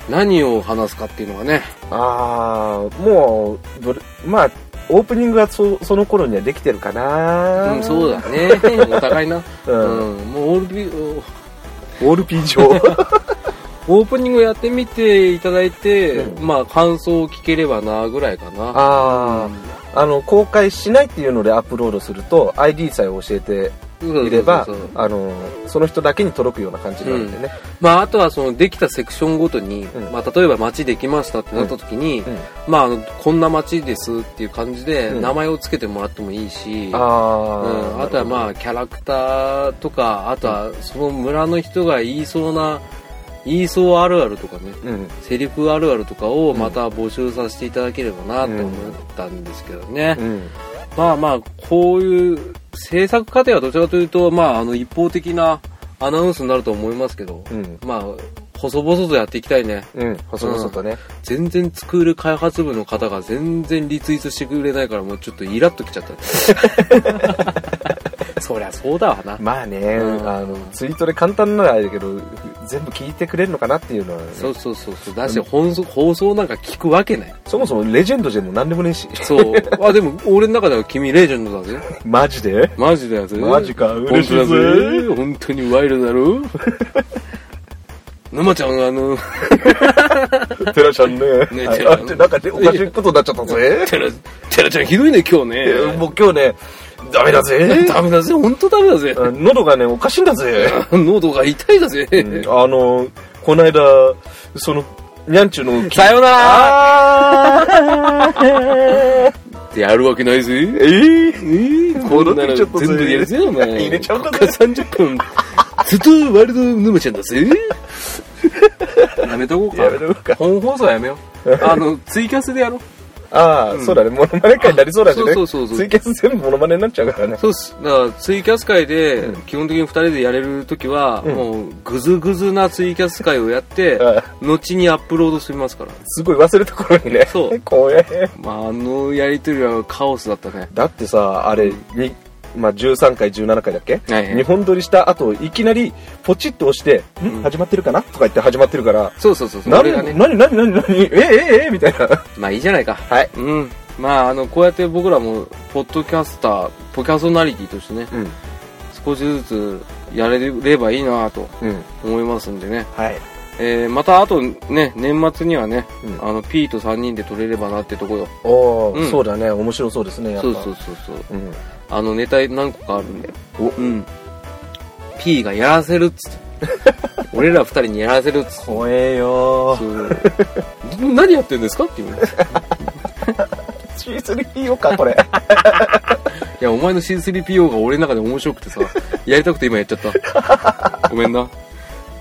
S3: 何を話すかっていうのがね、
S2: ああもうどれまあオープニングはそその頃にはできてるかな、
S3: うん、そうだ ね。お互いな。
S2: う
S3: うんん、もうオールビオ
S2: オールピー上
S3: オープニングやってみていただいて、
S2: う
S3: まあ感想を聞ければなぐらいかな。
S2: あああの公開しないっていうのでアップロードすると ID さえ教えて
S3: うん
S2: いれば
S3: そうそうそう
S2: あのその人だけに届くような感じになるんでね、
S3: まああとはそのできたセクションごとに、
S2: うん
S3: まあ例えば街できましたってなった時に、
S2: うん
S3: まああのこんな街ですっていう感じで
S2: うん
S3: 名前をつけてもらってもいいし、
S2: あ
S3: うん、あとはまあキャラクターとか、あとはその村の人が言いそうな、言いそうあるあるとかね。
S2: あ、うん、
S3: セリフあるあるとかをまた募集させていただければなと
S2: うん
S3: 思ったんですけどね、
S2: うん、
S3: まあまあこういう制作過程はどちらかというと、まあ、あの一方的なアナウンスになると思いますけど、
S2: うん、
S3: まあ細々とやっていきたいね
S2: うん、細々とね、
S3: 全然スクール開発部の方が全然リツイートしてくれないからもうちょっとイラッときちゃった そりゃそうだわな
S2: まあね、
S3: うん
S2: あの、ツイートで簡単ならあれだけど、全部聞いてくれるのかなっていうのは、
S3: そうそうそうそうだし放送放送なんか聞くわけない
S2: そもそもレジェンドじゃもう何でもねえし
S3: そうあでも俺の中では君レジェンドだぜ
S2: マジで
S3: マジだぜ
S2: マジか嬉
S3: 本
S2: し
S3: 当
S2: い
S3: だ
S2: ぜ
S3: ぜ本当にワイルドだろ沼ちゃんがあの
S2: テラちゃんね
S3: ね
S2: はい
S3: テラ
S2: あってなんかでおかしいことになっちゃったぜ
S3: テラテラちゃんひどいね今日
S2: えー
S3: ね
S2: もう今日ねダメだぜ
S3: ダメだぜ本当ダメだぜ
S2: あ喉がねおかしいんだ ぜ
S3: 喉が痛いだぜ、
S2: あのこの間そのにゃんちゅう の
S3: さよなら
S2: あ
S3: ってやるわけないぜ
S2: えー
S3: こん
S2: 戻
S3: なの
S2: ってきちゃったぜ
S3: 全部でやるぜお前
S2: 入れちゃうか
S3: こ
S2: な
S3: っから30分ずっとワイルド沼ちゃんだぜ やめとこうか
S2: やめとこうか
S3: 本放送やめよ うあのツイキャスでやろう
S2: ああ、そうだね。モノマネ会になりそうだしね。
S3: そうそうそうそう
S2: ツイキャス全部モノマネになっちゃう からね。
S3: そうっすだからツイキャス会で基本的に2人でやれる時は、もうグズグズなツイキャス会をやって、
S2: あ
S3: 後にアップロードしますから
S2: すごい忘れた頃にね。
S3: そう
S2: 怖え。
S3: まああのやりとりはカオスだったね
S2: だってさ、あれ、に、まあ、13回、17回だっけ、
S3: はいはい
S2: 日本撮りした後、いきなり、ポチッと押して、ん始まってるかなとか言って始まってるから、
S3: そうそうそうそう
S2: な
S3: そ
S2: に
S3: れが
S2: なに
S3: ね
S2: なになになにええええみたいな。
S3: まあいいじゃないか
S2: はい。
S3: うんまああのこうやって僕らもポッドキャスターポキャソナリティとしてね
S2: うん。
S3: 少しずつやれればいいなと
S2: うん。
S3: 思いますんでね、
S2: はい。
S3: えーまたあとね年末にはね、
S2: うん
S3: あの P と3人で撮れればなってとこよ
S2: おー、
S3: うん
S2: そうだね。面白そうですね、やっぱ。
S3: そうそうそうそう
S2: うん。
S3: あのネタ何個かあるんで
S2: お、
S3: うん。P がやらせるっ つって。俺ら二人にやらせるっつって。
S2: 怖えよー。
S3: そう何やってんですかって言うのい
S2: C3PO か、これ。
S3: や、お前の C3PO が俺の中で面白くて さ、やりたくて今やっちゃった。ごめんな。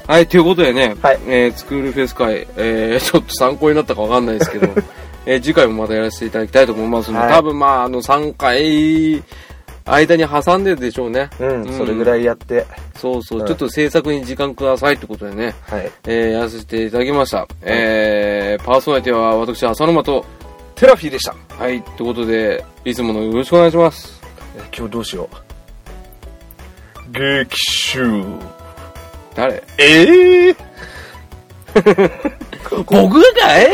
S3: はい、ということでね、
S2: はい
S3: えー、スクールフェス会、えー、ちょっと参考になったかわかんないで すけど、えー、次回もまたやらせていただきたいと思いますので、
S2: はい
S3: 多分まあ、あの、3回、間に挟んでるでしょうね。
S2: うん、それぐらいやって。
S3: そうそう、
S2: うん
S3: ちょっと制作に時間くださいってことでね、
S2: はい。
S3: えー、やらせていただきました。えー、パーソナリティは私、浅沼と、
S2: テラフィーでした。
S3: はい、ということで、いつものよろしくお願いします。
S2: え今日どうしよう。激臭。
S3: 誰
S2: ええ
S3: 僕がかい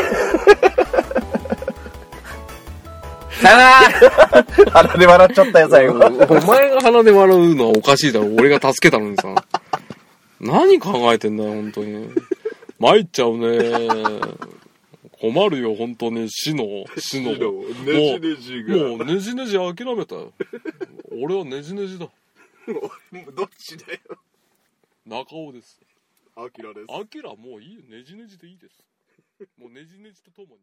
S3: さよ
S2: 鼻で笑っちゃったよ、最後。
S3: ならお前が鼻で笑うのはおかしいだろ。俺が助けたのにさ。何考えてんだよ、本当に。参っちゃうね。困るよ、本当に。死の、死の。
S4: ねじねじが。
S3: もうねじねじ諦めたよ。俺はねじねじだ。
S4: どっちだよ。
S3: 中尾です。
S4: アキラです。
S3: アキラもういいよ。ねじねじでいいです。もうねじねじとともに。